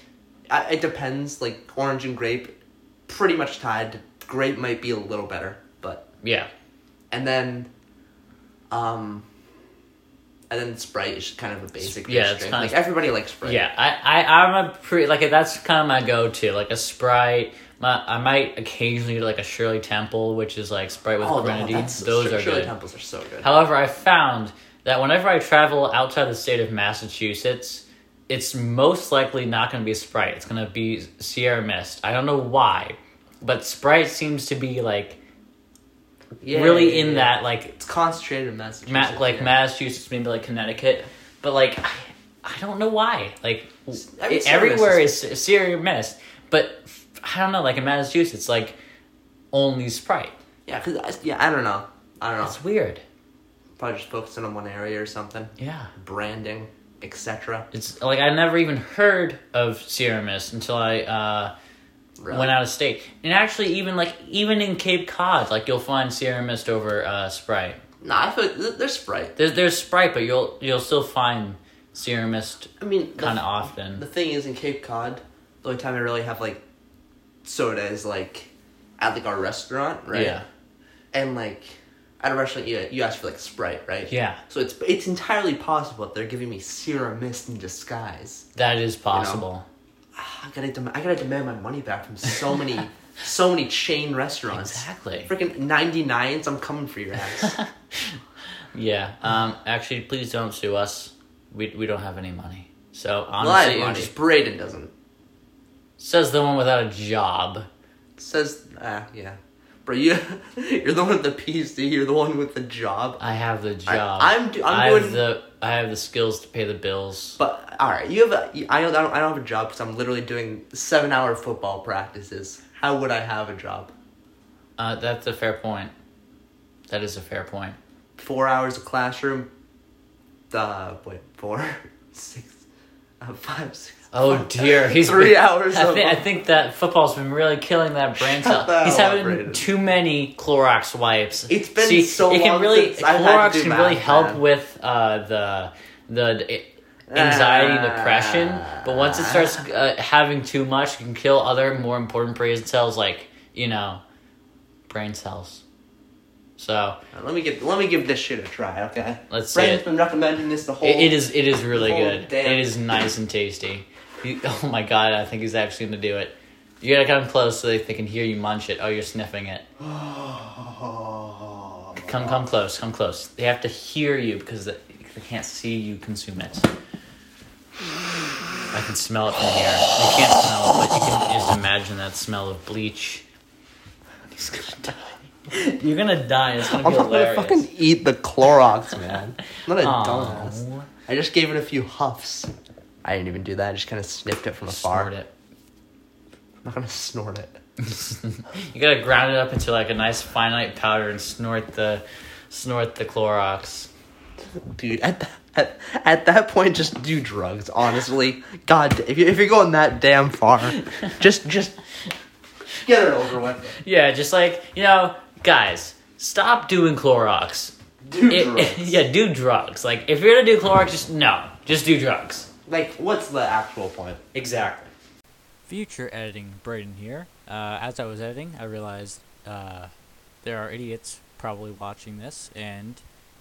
B: I, it depends. Like orange and grape, pretty much tied. Grape might be a little better, but
A: Yeah.
B: and then, um, and then Sprite is just kind of a basic.
A: Yeah,
B: beer
A: it's
B: drink.
A: kinda-
B: like everybody likes Sprite.
A: Yeah, I, I, I'm a pretty like that's kind of my go-to, like a Sprite. My, I might occasionally do like a Shirley Temple, which is like Sprite with
B: Oh, no,
A: grenadine.
B: that's,
A: Those
B: Shir-
A: are
B: Shirley
A: good.
B: Temples are so good.
A: However, I found that whenever I travel outside the state of Massachusetts, it's most likely not going to be Sprite. It's going to be Sierra Mist. I don't know why, but Sprite seems to be like
B: Yeah,
A: really
B: yeah,
A: in
B: yeah.
A: that like
B: It's concentrated in Massachusetts.
A: Ma- like
B: yeah.
A: Massachusetts, maybe like Connecticut, but like I, I don't know why. Like
B: I mean,
A: it-
B: Sierra
A: everywhere is
B: Mist
A: Sierra Mist, but f- I don't know. Like in Massachusetts, like only Sprite.
B: Yeah, cause I, yeah, I don't know. I don't know.
A: That's weird.
B: Probably just focusing on one area or something.
A: Yeah,
B: Branding, etc.
A: it's like I never even heard of Sierra Mist until I uh,
B: Really.
A: went out of state. And actually, even like even in Cape Cod, like you'll find Sierra Mist over uh, Sprite.
B: Nah, I feel th- there's Sprite.
A: There's there's Sprite, but you'll you'll still find Sierra Mist
B: I mean, the,
A: kind of often.
B: the thing is in Cape Cod, the only time I really have like soda is like at like our restaurant, right?
A: Yeah.
B: And like at a restaurant, you you ask for like Sprite, right?
A: Yeah.
B: So it's it's entirely possible that they're giving me Sierra Mist in disguise.
A: That is possible.
B: I gotta dem- I gotta demand my money back from so many so many chain restaurants.
A: Exactly.
B: Freaking 99s, I'm coming for your ass.
A: Yeah. Um. Actually, please don't sue us. We we don't have any money. So
B: well, I
A: honestly,
B: have
A: it
B: money.
A: just
B: Braden doesn't.
A: says the one without a job.
B: Says, ah, yeah. Bro, you, you're the one with the PhD, you're the one with the job.
A: I have the
B: I,
A: job.
B: I'm, do- I'm
A: I
B: doing.
A: have the I have the skills to pay the bills.
B: But, alright, you have a. you- I don't, I don't- I don't have a job because I'm literally doing seven hour football practices. How would I have a job?
A: Uh, that's a fair point. That is a fair point.
B: Four hours of classroom. Uh, wait, four? Six? uh, five, six,
A: Oh dear, he's
B: Three
A: been-
B: hours
A: I,
B: of
A: thi- I
B: them.
A: think that football's been really killing that brain cell.
B: That
A: He's having
B: elaborated.
A: too many Clorox wipes.
B: It's been so
A: it can
B: long
A: really,
B: since I've had
A: Clorox
B: to do
A: can really
B: math,
A: help
B: man.
A: with uh, the the eh, anxiety,
B: Ah.
A: and depression. But once it starts uh, having too much, you can kill other more important brain cells, like you know, brain cells. So
B: Let me give let me give this shit a try, okay?
A: Let's see
B: Brandon's
A: it.
B: been recommending this the whole.
A: it, it is it is really
B: Oh,
A: good.
B: damn.
A: It is nice and tasty. You- oh my god, I think he's actually gonna do it. You gotta come close so they, they can hear you munch it. Oh, you're sniffing it.
B: Oh.
A: Come come close, come close. They have to hear you because they, they can't see you consume it. I can smell it from here. You can't smell it, but you can just imagine that smell of bleach. He's gonna die. You're gonna die. It's gonna
B: I'm
A: be
B: not gonna
A: hilarious.
B: fucking eat the Clorox, man. I'm not a
A: Aw.
B: dumbass. I just gave it a few huffs. I didn't even do that. I just kind of sniffed it from afar.
A: Snort it.
B: I'm not gonna snort it.
A: you gotta ground it up into like a nice finite powder and snort the snort the Clorox.
B: Dude, at that, at, at that point, just do drugs. Honestly, God, if, you, if you're going that damn far, just just get it over with.
A: Yeah, just like you know, guys, stop doing Clorox.
B: Do
A: It-
B: drugs.
A: yeah, do drugs. Like if you're gonna do Clorox, just no, just do drugs.
B: Like, what's the actual point?
A: Exactly. Future editing, Braden here. Uh, as I was editing, I realized uh, there are idiots probably watching this, and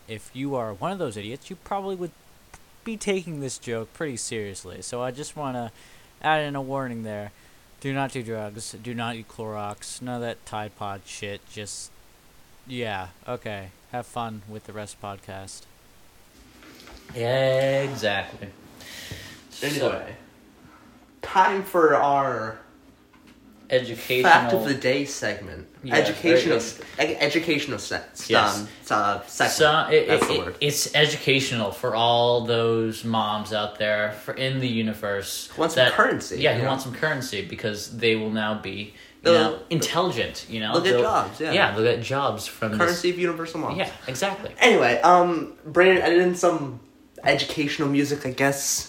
A: if you are one of those idiots, you probably would be taking this joke pretty seriously. So I just want to add in a warning there. Do not do drugs. Do not eat Clorox. None of that Tide Pod shit. Just, yeah, okay. Have fun with the rest of the podcast. Yeah, exactly.
B: Anyway, time for our
A: educational
B: fact of the day segment.
A: Yeah,
B: educational,
A: very
B: ed- educational sense.
A: Yes.
B: Um, s- uh, segment.
A: So it,
B: That's
A: it-
B: the
A: it-
B: word.
A: it's educational for all those moms out there for in the universe
B: Want some currency,
A: Yeah, who
B: you know?
A: want some currency because they will now be you
B: They'll-
A: know, intelligent. You know,
B: they'll get jobs, yeah.
A: yeah, they'll get jobs from
B: Currency of universal law.
A: This, yeah, exactly.
B: Anyway, um, Brandon added in some educational music, I guess.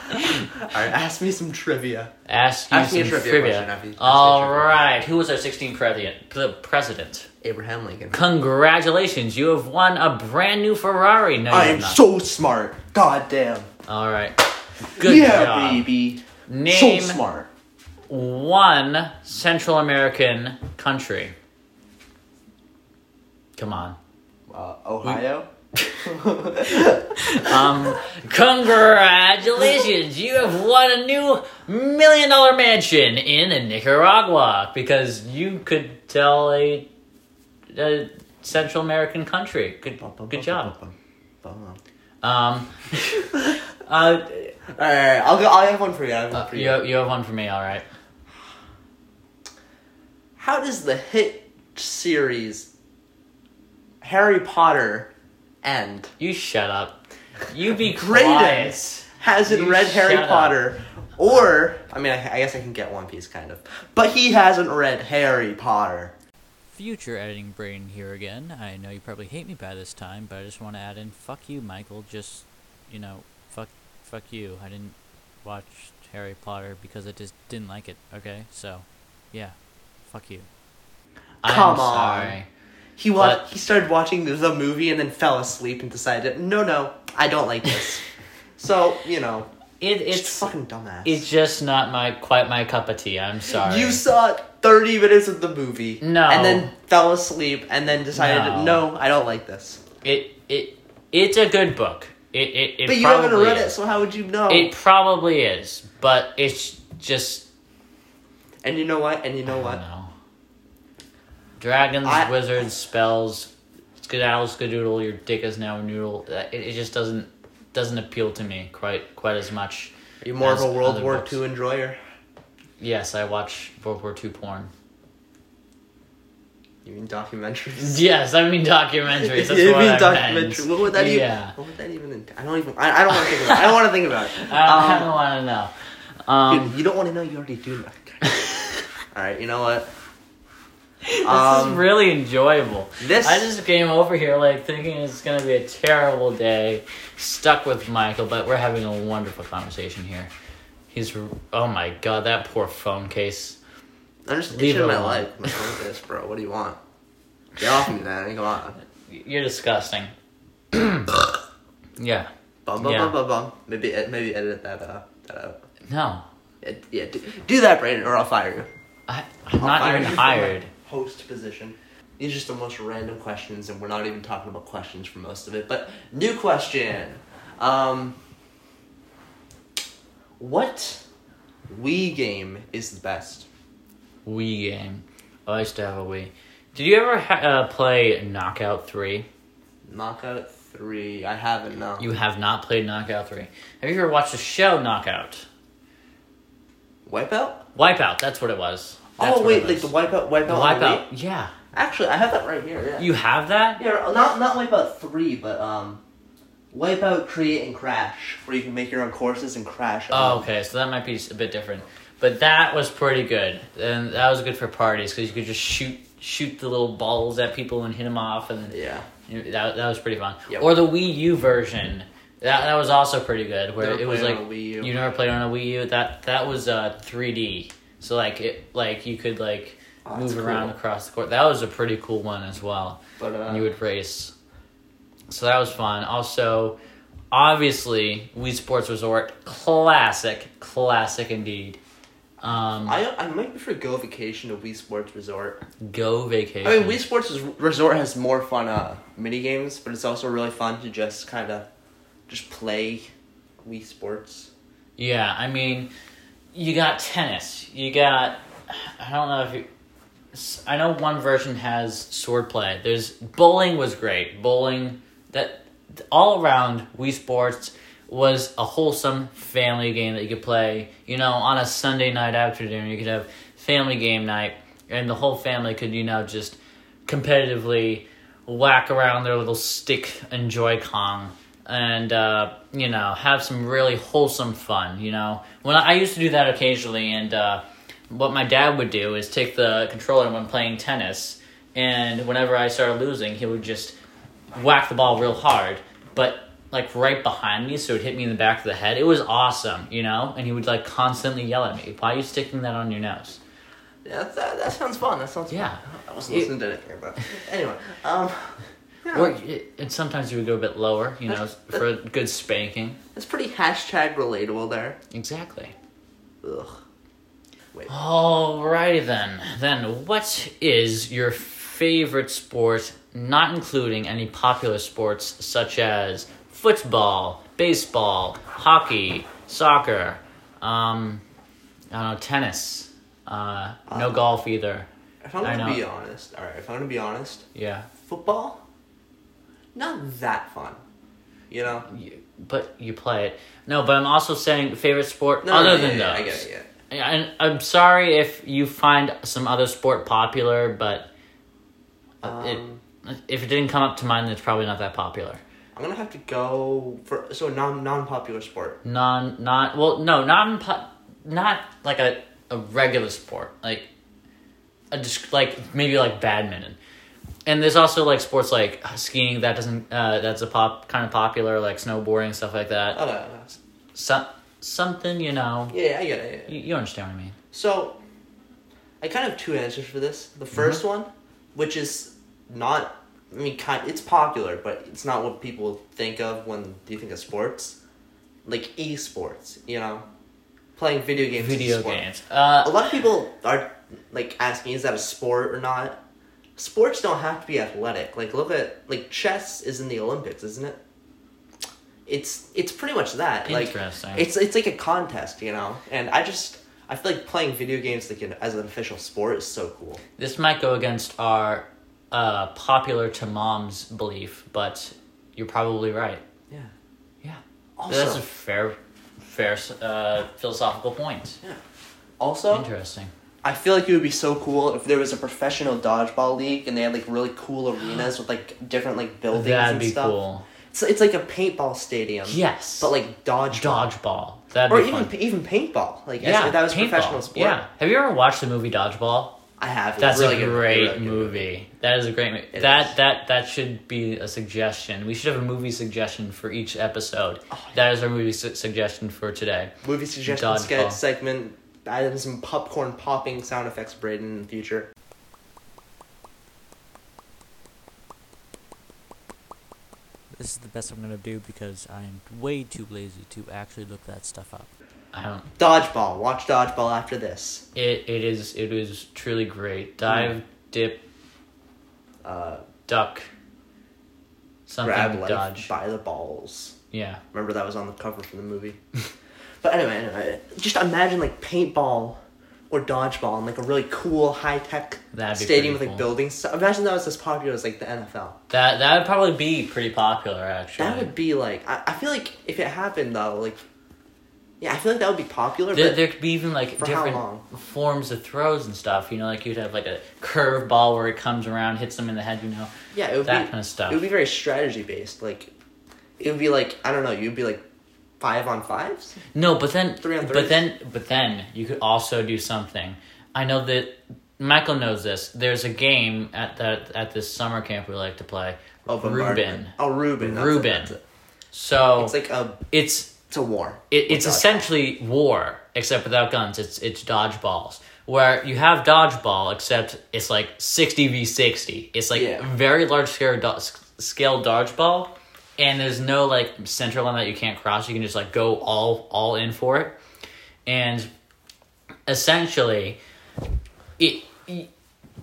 B: all right, ask me some trivia.
A: Ask you
B: Ask me
A: some
B: a trivia question, Avi. Ask me a
A: All
B: trivia.
A: right. Who was our 16th president? The president.
B: Abraham Lincoln.
A: Congratulations, you have won a brand new Ferrari. No,
B: I
A: you
B: am
A: have not.
B: so smart. God damn.
A: All right. Good
B: yeah,
A: job.
B: baby.
A: Name
B: So smart.
A: one Central American country. Come on.
B: Uh, Ohio.
A: Um, congratulations! You have won a new million dollar mansion in Nicaragua because you could tell a, a Central American country. Good, good job.
B: All right,
A: Um, uh,
B: all right, Eh, I'll go. I have one for you. I have one for you.
A: you, have- you have one for me, all right.
B: How does the hit series Harry Potter end?
A: You shut up. You be quiet.
B: Graydon hasn't
A: You
B: read Harry
A: shut up.
B: Potter, or I mean, I, I guess I can get One Piece kind of, but he hasn't read Harry Potter.
C: Future editing brain here again. I know you probably hate me by this time, but I just want to add in fuck you, Michael. Just, you know, fuck fuck you. I didn't watch Harry Potter because I just didn't like it, okay? So, yeah. Fuck you.
A: I'm
B: Come on.
A: sorry.
B: He wa-
A: But-
B: he started watching the- the movie and then fell asleep and decided, no, no, I don't like this. so you know,
A: It,
B: it's
A: it's,
B: fucking dumbass.
A: it's just not my quite my cup of tea. I'm sorry.
B: you saw thirty minutes of the movie,
A: No.
B: and then fell asleep and then decided,
A: No.
B: no, I don't like this.
A: It it it's a good book. It it, it
B: But you
A: probably
B: haven't read it,
A: is.
B: so how would you know?
A: It probably is, but it's just
B: and you know what? And you know
A: I
B: what?
A: don't know. Dragons,
B: I-
A: wizards, spells, skedaddle, skadoodle. Your dick is now a noodle. Uh, It, it just doesn't doesn't appeal to me quite quite as much.
B: Are you more of
A: as
B: a World
A: other
B: War
A: books.
B: II enjoyer?
A: Yes, I watch World War II porn.
B: You You mean documentaries?
A: Yes, I mean documentaries. That's
B: You
A: what
B: mean
A: I
B: documentary.
A: meant.
B: What would that even?
A: Yeah.
B: What would that even? ent- I don't even. I, I don't want to think about. It. I don't want to think about it.
A: I
B: Um,
A: don't want to know. Um,
B: Dude, you don't want to know. You already do know. All right. You know what?
A: this
B: Um,
A: is really enjoyable.
B: this-
A: I just came over here like thinking it's gonna be a terrible day, stuck with Michael, but we're having a wonderful conversation here. He's r- oh my god, that poor phone case.
B: I'm just
A: Leave
B: itching
A: it
B: my
A: alone.
B: life. My phone with this, bro. What do you want? Get off me, man. Come on.
A: Y- You're disgusting. yeah.
B: Bum bum
A: Yeah.
B: bum bum bum. Maybe ed- maybe edit that uh that out.
A: No,
B: Yeah, yeah do, do that, Brandon, or I'll fire you.
A: I, I'm
B: I'll
A: not
B: fire
A: even
B: you from my
A: hired.
B: Host position. These are just the most random questions, and we're not even talking about questions for most of it. But new question. Um, what Wii game is the best?
A: Wii game. Oh, I used to have a Wii. Did you ever ha- uh, play Knockout Three?
B: Knockout three. I haven't no.
A: You have not played Knockout 3. Have you ever watched the show Knockout?
B: Wipeout.
A: Wipeout, that's what it was. That's
B: Oh
A: what
B: wait,
A: it
B: like
A: was.
B: the Wipeout. Wipeout.
A: The
B: on the
A: Wipeout,
B: Wii?
A: yeah.
B: Actually, I have that right here. Yeah.
A: You have that?
B: Yeah, not not Wipeout three, but um, Wipeout, Create, and Crash, where you can make your own courses and crash.
A: Oh, okay, so that might be a bit different. But that was pretty good. And that was good for parties because you could just shoot shoot the little balls at people and hit them off and
B: Yeah.
A: you know, that, that was pretty fun.
B: Yeah.
A: Or the Wii U version. That that was also pretty good where
B: Never
A: it was
B: played
A: like
B: on a Wii U.
A: you never played on a Wii U. That that was uh 3D. So like it like you could like
B: Oh, that's
A: move around
B: cool.
A: across the court. That was a pretty cool one as well.
B: But uh,
A: and you would race. So that was fun. Also, obviously, Wii Sports Resort, classic, classic indeed. Um,
B: I I might prefer Go Vacation to Wii Sports Resort.
A: go vacation.
B: I mean, Wii Sports is- Resort has more fun uh mini games, but it's also really fun to just kind of just play Wii Sports.
A: yeah, I mean, you got tennis. You got, I don't know if you. s- I know one version has sword play. There's bowling was great. Bowling that all around Wii Sports was a wholesome family game that you could play. You know, on a Sunday night after dinner, you could have family game night, and the whole family could you know just competitively whack around their little stick and Joy Kong. And uh, you know, have some really wholesome fun. You know, when I, I used to do that occasionally, and uh, what my dad would do is take the controller when playing tennis, and whenever I started losing, he would just whack the ball real hard, but like right behind me, so it hit me in the back of the head. It was awesome, you know. And he would like constantly yell at me, "Why are you sticking that on your nose?"
B: Yeah, that that, that sounds fun. That sounds
A: Yeah.
B: Fun. I wasn't listening to anything, but anyway, um, yeah,
A: Or it, and sometimes you would go a bit lower, you know, for a good spanking.
B: it's pretty hashtag relatable there.
A: Exactly.
B: Ugh.
A: Alrighty then. Then, what is your favorite sport, not including any popular sports such as football, baseball, hockey, soccer, um, I don't know, tennis? Uh, no
B: Um,
A: golf either.
B: If I'm
A: I
B: gonna
A: know.
B: be honest, all right. If I'm gonna be honest,
A: Yeah.
B: football, not that fun. You know,
A: You- But you play it. No, but I'm also saying favorite sport
B: No, no,
A: other
B: yeah,
A: than
B: yeah,
A: those.
B: I get it. Yeah.
A: Yeah, and I'm sorry if you find some other sport popular, but it-
B: Um,
A: if it didn't come up to mind, it's probably not that popular.
B: I'm gonna have to go for so non non popular sport.
A: Non, not well, no, not po- not like a a regular sport, like a just like maybe like badminton. And there's also like sports like skiing that doesn't uh, that's a pop kind of popular like snowboarding stuff like that.
B: Okay. okay.
A: Some something you know
B: Yeah, I get it. yeah.
A: you, you understand what I mean.
B: So, I kind of have two answers for this. The
A: Mm-hmm.
B: 1st one, which is not, I mean, kind, it's popular, but it's not what people think of when you think of sports, like esports. You know, playing video games. is a
A: Video
B: sport.
A: games. Uh,
B: a lot of people are like asking is that a sport or not sports don't have to be athletic like look at like chess is in the olympics isn't it it's it's pretty much that like
A: Interesting.
B: it's it's like a contest you know and i just i feel like playing video games like an, as an official sport is so cool
A: This might go against our uh, popular to mom's belief, but you're probably right.
B: yeah
A: Yeah. That's
B: also
A: a fair, fair uh, philosophical point.
B: also
A: Interesting.
B: I feel like it would be so cool if there was a professional dodgeball league and they had like really cool arenas with like different like buildings
A: That'd
B: and
A: be
B: stuff.
A: cool.
B: It's it's like a paintball stadium.
A: Yes.
B: But like dodgeball.
A: dodgeball. That'd
B: or
A: be
B: even
A: fun.
B: even paintball. Like
A: yeah,
B: yeah, that was a
A: paintball.
B: professional sport.
A: Yeah. Have you ever watched the movie Dodgeball?
B: I have. It's
A: That's
B: really
A: a
B: good,
A: great
B: really good.
A: movie. That is a great movie.
B: It
A: That
B: is.
A: that that should be a suggestion. We should have a movie suggestion for each episode.
B: Oh,
A: That is our movie su- suggestion for today.
B: Movie suggestion sketch
A: Dodgeball.
B: segment. Add in some popcorn popping sound effects, Braden, in the future.
C: This is the best I'm gonna do because I'm way too lazy to actually look that stuff up.
A: I don't.
B: Dodgeball. Watch dodgeball after this.
A: It it is it is truly great.
C: Hmm.
A: Dive, dip,
B: Uh,
A: duck, something
B: grab life
A: dodge.
B: by the balls.
A: Yeah.
B: Remember that was on the cover for the movie. but anyway, anyway, just imagine like paintball or dodgeball and like a really cool high tech
A: That'd be pretty
B: stadium with like
A: cool.
B: buildings. So imagine that was as popular as like the NFL.
A: That that would probably be pretty popular actually.
B: That would be like I, I feel like if it happened though, like yeah, I feel like that would be popular.
A: There,
B: but
A: there could be even like
B: For how
A: different
B: long?
A: forms of throws and stuff. You know, like you'd have like a curve ball where it comes around, hits them in the head. You know,
B: yeah, it would
A: that
B: be
A: kind of stuff.
B: It would be very strategy based. Like it would be like I don't know. You'd be like five on fives.
A: no, but then,
B: Three on
A: but
B: threes?
A: then, but then you could also do something. I know that Michael knows this. There's a game at that at this summer camp we like to play.
B: Oh, bombardment.
A: Reuben.
B: Oh, Reuben. that's it,
A: Reuben.
B: that's it.
A: So
B: It's like a
A: it's
B: it's a war.
A: It, it's
B: With dodgeball.
A: essentially war, except without guns. It's it's dodgeballs. Where you have dodgeball, except it's like sixty v sixty. It's like
B: Yeah.
A: very large scale do- s- scale dodgeball, and there's no like central line that you can't cross. You can just like go all all in for it, and essentially, it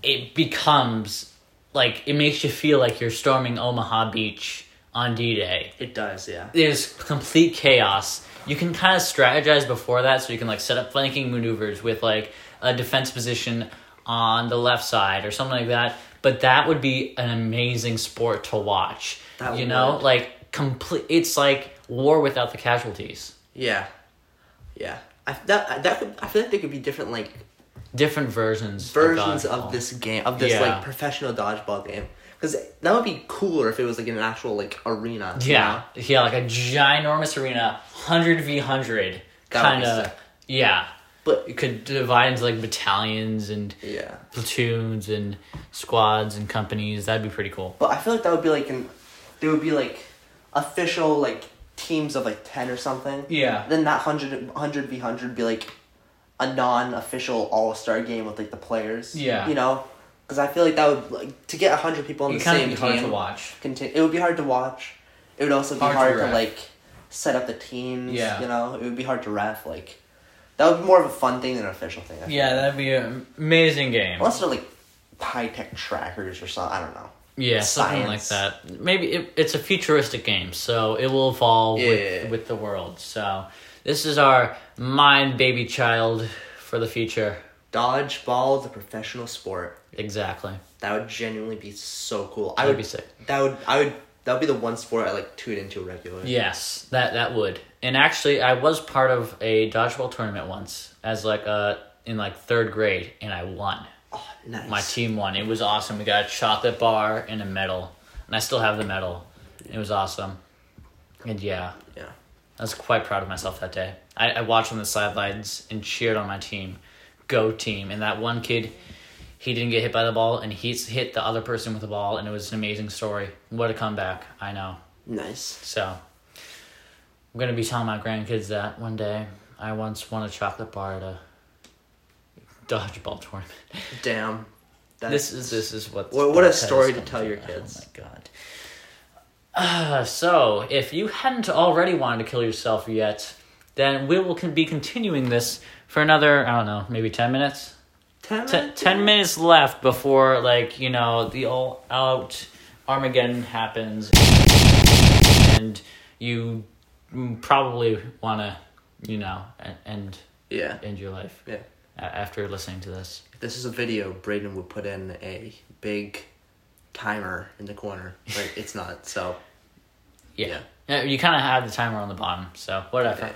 A: it becomes like it makes you feel like you're storming Omaha Beach on D Day
B: It does, yeah.
A: there's complete chaos. You can kind of strategize before that, so you can like set up flanking maneuvers with like a defense position on the left side or something like that. But that would be an amazing sport to watch.
B: That
A: you know,
B: would.
A: like complete. It's like war without the casualties.
B: Yeah, yeah. I that that could, I feel like there could be different like
A: Different versions.
B: versions
A: dodgeball.
B: of this game of this
A: Yeah.
B: like professional dodgeball game because that would be cooler if it was like in an actual like arena. you
A: Yeah,
B: know?
A: yeah, like a ginormous arena, hundred v hundred
B: That would
A: kind
B: be
A: of.
B: sick.
A: Yeah,
B: but
A: you could divide into like battalions and
B: yeah,
A: platoons and squads and companies. That'd be pretty cool.
B: but I feel like that would be like an there would be like official like teams of like ten or something.
A: Yeah.
B: Then that 100, 100 v hundred be like a non-official All Star game with like the players.
A: Yeah.
B: you know. Because I feel like that would like to get hundred people on
A: It'd
B: the
A: kind
B: same
A: of be hard
B: team.
A: to watch.
B: continue. It would be hard to watch. It would also be
A: Hard
B: hard,
A: to
B: to,
A: ref.
B: like set up the teams.
A: Yeah.
B: You know, it would be hard to ref. Like that would be more of a fun thing than an official thing. I feel.
A: Yeah, that'd be an amazing game.
B: Unless they're like high tech trackers or something. I don't know.
A: Yeah, something like
B: Science.
A: that. Maybe it, it's a futuristic game, so it will evolve with,
B: Yeah.
A: with the world. So this is our mind baby child for the future.
B: Dodgeball, the professional sport.
A: Exactly.
B: That would genuinely be so cool. I
A: That'd
B: would
A: be sick.
B: That would. I would. That would be the one sport I like tune into regularly.
A: Yes, that that would. And actually, I was part of a dodgeball tournament once, as like uh in like third grade, and I won.
B: Oh, nice.
A: my team won. It was awesome. We got a chocolate bar and a medal, and I still have the medal. It was awesome, and yeah,
B: Yeah.
A: I was quite proud of myself that day. I, I watched on the sidelines and cheered on my team, go team. And that one kid, he didn't get hit by the ball, and he's hit the other person with the ball, and it was an amazing story. What a comeback! I know.
B: Nice.
A: So, I'm gonna be telling my grandkids that one day. I once won a chocolate bar at a dodgeball tournament
B: Damn. That's,
A: this is this is what
B: Wha- what a
A: podcast
B: story to
A: comes
B: tell your
A: about.
B: kids.
A: Oh my god. Uh, so if you hadn't already wanted to kill yourself yet, then we will con- be continuing this for another I don't know maybe ten minutes.
B: ten.
A: Ten, ten minutes left before like you know the all out Armageddon happens, and you mm, probably want to you know e- end
B: Yeah.
A: end your life
B: Yeah.
A: a- after listening to this.
B: this is a video, Braden would put in a big timer in the corner, but it's not. So
A: Yeah. Yeah, You kind of have the timer on the bottom, so whatever.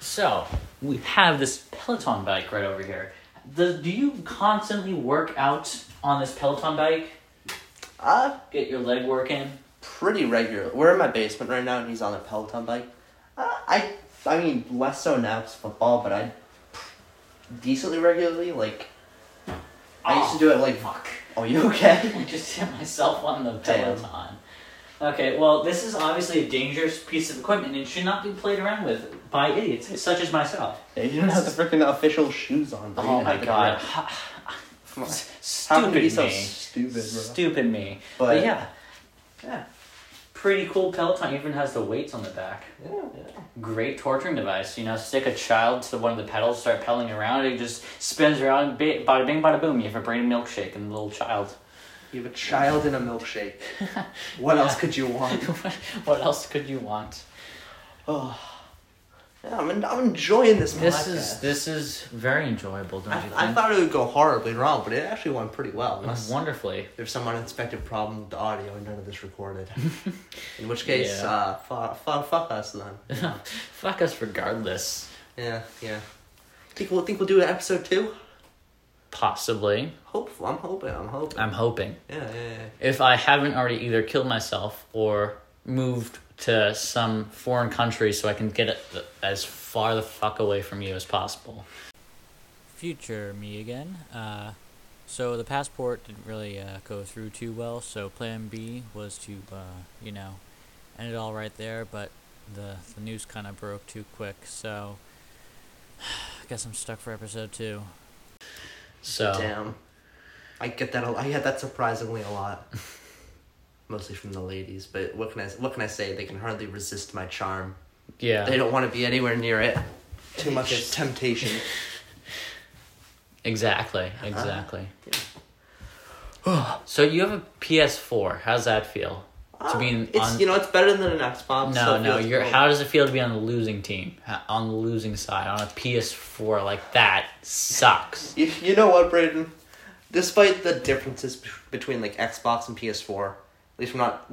A: So, we have this Peloton bike right over here. Does, do you constantly work out on this Peloton bike?
B: Uh,
A: Get your leg work in?
B: pretty regular. We're in my basement right now, and he's on a Peloton bike. Uh, I, I mean, less so now 'cause football, but I decently regularly. Like, I used to do it like.
A: Fuck.
B: Oh, you okay?
A: I just hit myself on the
B: Damn.
A: Peloton. Okay, well, this is obviously a dangerous piece of equipment and should not be played around with by idiots such as myself.
B: Yeah, you don't have the freaking official shoes on. bro. You
A: Oh
B: didn't
A: my
B: have to
A: god.
B: wear- Come on. How
A: Stupid
B: can you
A: me.
B: be so stupid, bro?
A: Stupid me. But,
B: But-
A: yeah. Yeah. Pretty cool Peloton even has the weights on the back. Great torturing device. You know, stick a child to one of the pedals, start pedaling around, it just spins around, ba- bada bing, bada boom. You have a brain milkshake and a little child.
B: You have a child in a milkshake. What else could you want?
A: what else could you want?
B: Oh, yeah, I'm, en- I'm enjoying this.
A: This
B: podcast.
A: is this is very enjoyable, don't
B: I,
A: you think?
B: I thought it would go horribly wrong, but it actually went pretty well. Unless
A: Wonderfully.
B: there's some unexpected problem with the audio and none of this recorded. In which case,
A: Yeah.
B: uh, fuck, fuck, fuck us then.
A: Fuck us regardless.
B: Yeah, yeah. Think we'll think we'll do an episode two.
A: Possibly.
B: Hopeful. I'm hoping. I'm hoping.
A: I'm hoping.
B: yeah, yeah, yeah.
A: if I haven't already either killed myself or moved to some foreign country so I can get it th- as far the fuck away from you as possible.
C: future me again. Uh, so the passport didn't really uh, go through too well. So plan B was to, uh, you know, end it all right there. But the the news kind of broke too quick. So I guess I'm stuck for episode two.
A: So
B: Damn. I get that. A, I get that surprisingly a lot. Mostly from the ladies, but what can I what can I say? They can hardly resist my charm.
A: yeah,
B: They don't want to be anywhere near it. Too
A: They
B: much
A: just-
B: temptation.
A: exactly, exactly. so you have a PS4. How's that feel? to be in,
B: Um, it's
A: on,
B: you know it's better than an Xbox. so
A: no,
B: it
A: no.
B: feels
A: You're,
B: cool.
A: How does it feel to be on the losing team, Ha- on the losing side, on a PS4 like that? Sucks.
B: You, you know what, Brayden? Despite the differences b- between like Xbox and PS4, at least we're not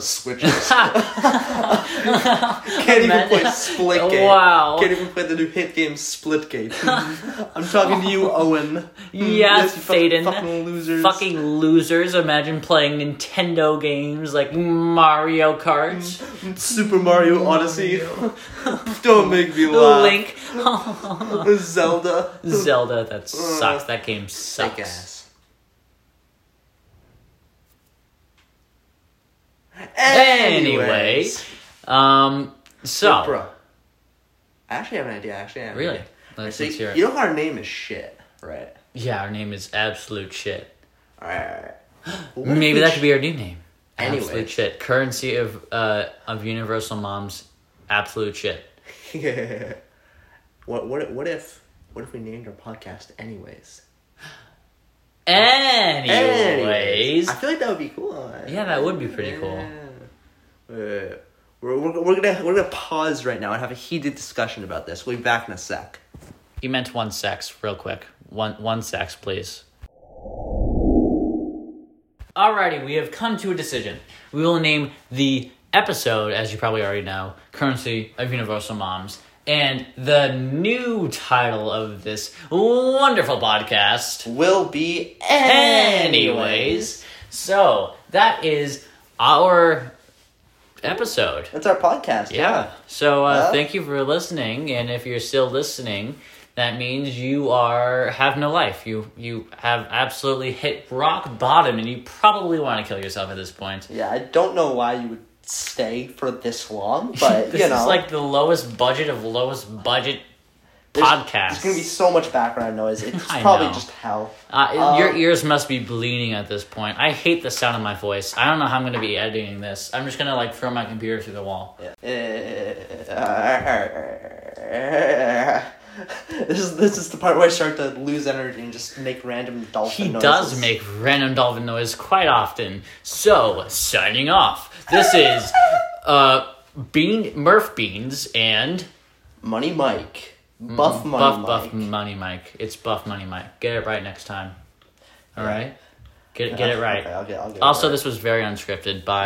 B: Switches. Can't even play Splitgate.
A: Wow.
B: Can't even play the new hit game Splitgate. I'm talking to you, Owen.
A: Yes,
B: You fucking-
A: Faden.
B: Fucking losers.
A: Fucking losers. Imagine playing Nintendo games like Mario Kart,
B: Super Mario Odyssey. Don't make me laugh.
A: Link,
B: Zelda.
A: Zelda. That
B: Mm.
A: sucks. That game sucks. Anyway,
B: Anyways.
A: um, so
B: Bro, I actually have an idea. Actually, I have an
A: really,
B: idea.
A: let's,
B: So
A: let's hear
B: you
A: it.
B: know our name is shit, right?
A: Yeah, our name is absolute shit.
B: All right, all right. What if
A: Maybe
B: we
A: that could
B: sh-
A: be our new name. Absolute
B: Anyways.
A: shit. Currency of uh of Universal Moms. Absolute shit.
B: yeah. What what what if what if we named our podcast anyways?
A: Anyways,
B: I feel like that would be cool. right?
A: Yeah, that would be pretty cool.
B: Yeah. Uh, We're, we're, we're gonna we're gonna pause right now and have a heated discussion about this. We'll be back in a sec.
A: he meant one sex, real quick. One one sex, please. Alrighty, we have come to a decision. We will name the episode, as you probably already know, Currency of Universal Moms. And the new title of this wonderful podcast,
B: Will be
A: anyways. So, that is our episode.
B: That's our podcast.
A: Yeah. So uh,
B: Well-
A: thank you for listening, and if you're still listening, that means you are have no life. You you have absolutely hit rock bottom, and you probably want to kill yourself at this point.
B: Yeah, I don't know why you would stay for this long, but
A: this
B: Uh, you know,
A: is like the lowest budget of lowest budget
B: there's-
A: podcasts.
B: There's gonna be so much background noise. It's
A: I
B: probably
A: know.
B: just hell.
A: uh,
B: um,
A: your ears must be bleeding at this point. I hate the sound of my voice. I don't know how I'm gonna be editing this. I'm just gonna like throw my computer through the wall.
B: this is this is the part where I start to lose energy and just make random dolphin
A: He
B: noises.
A: does make random dolphin noise quite often. So, signing off. This is uh Bean Murph Beans and
B: money, Mike, buff money,
A: Buff
B: Mike.
A: Buff Money Mike. It's Buff Money Mike. Get it right next time. All right? Get it, get it
B: Okay,
A: right.
B: I'll get, I'll get it
A: Also,
B: right.
A: this was very unscripted by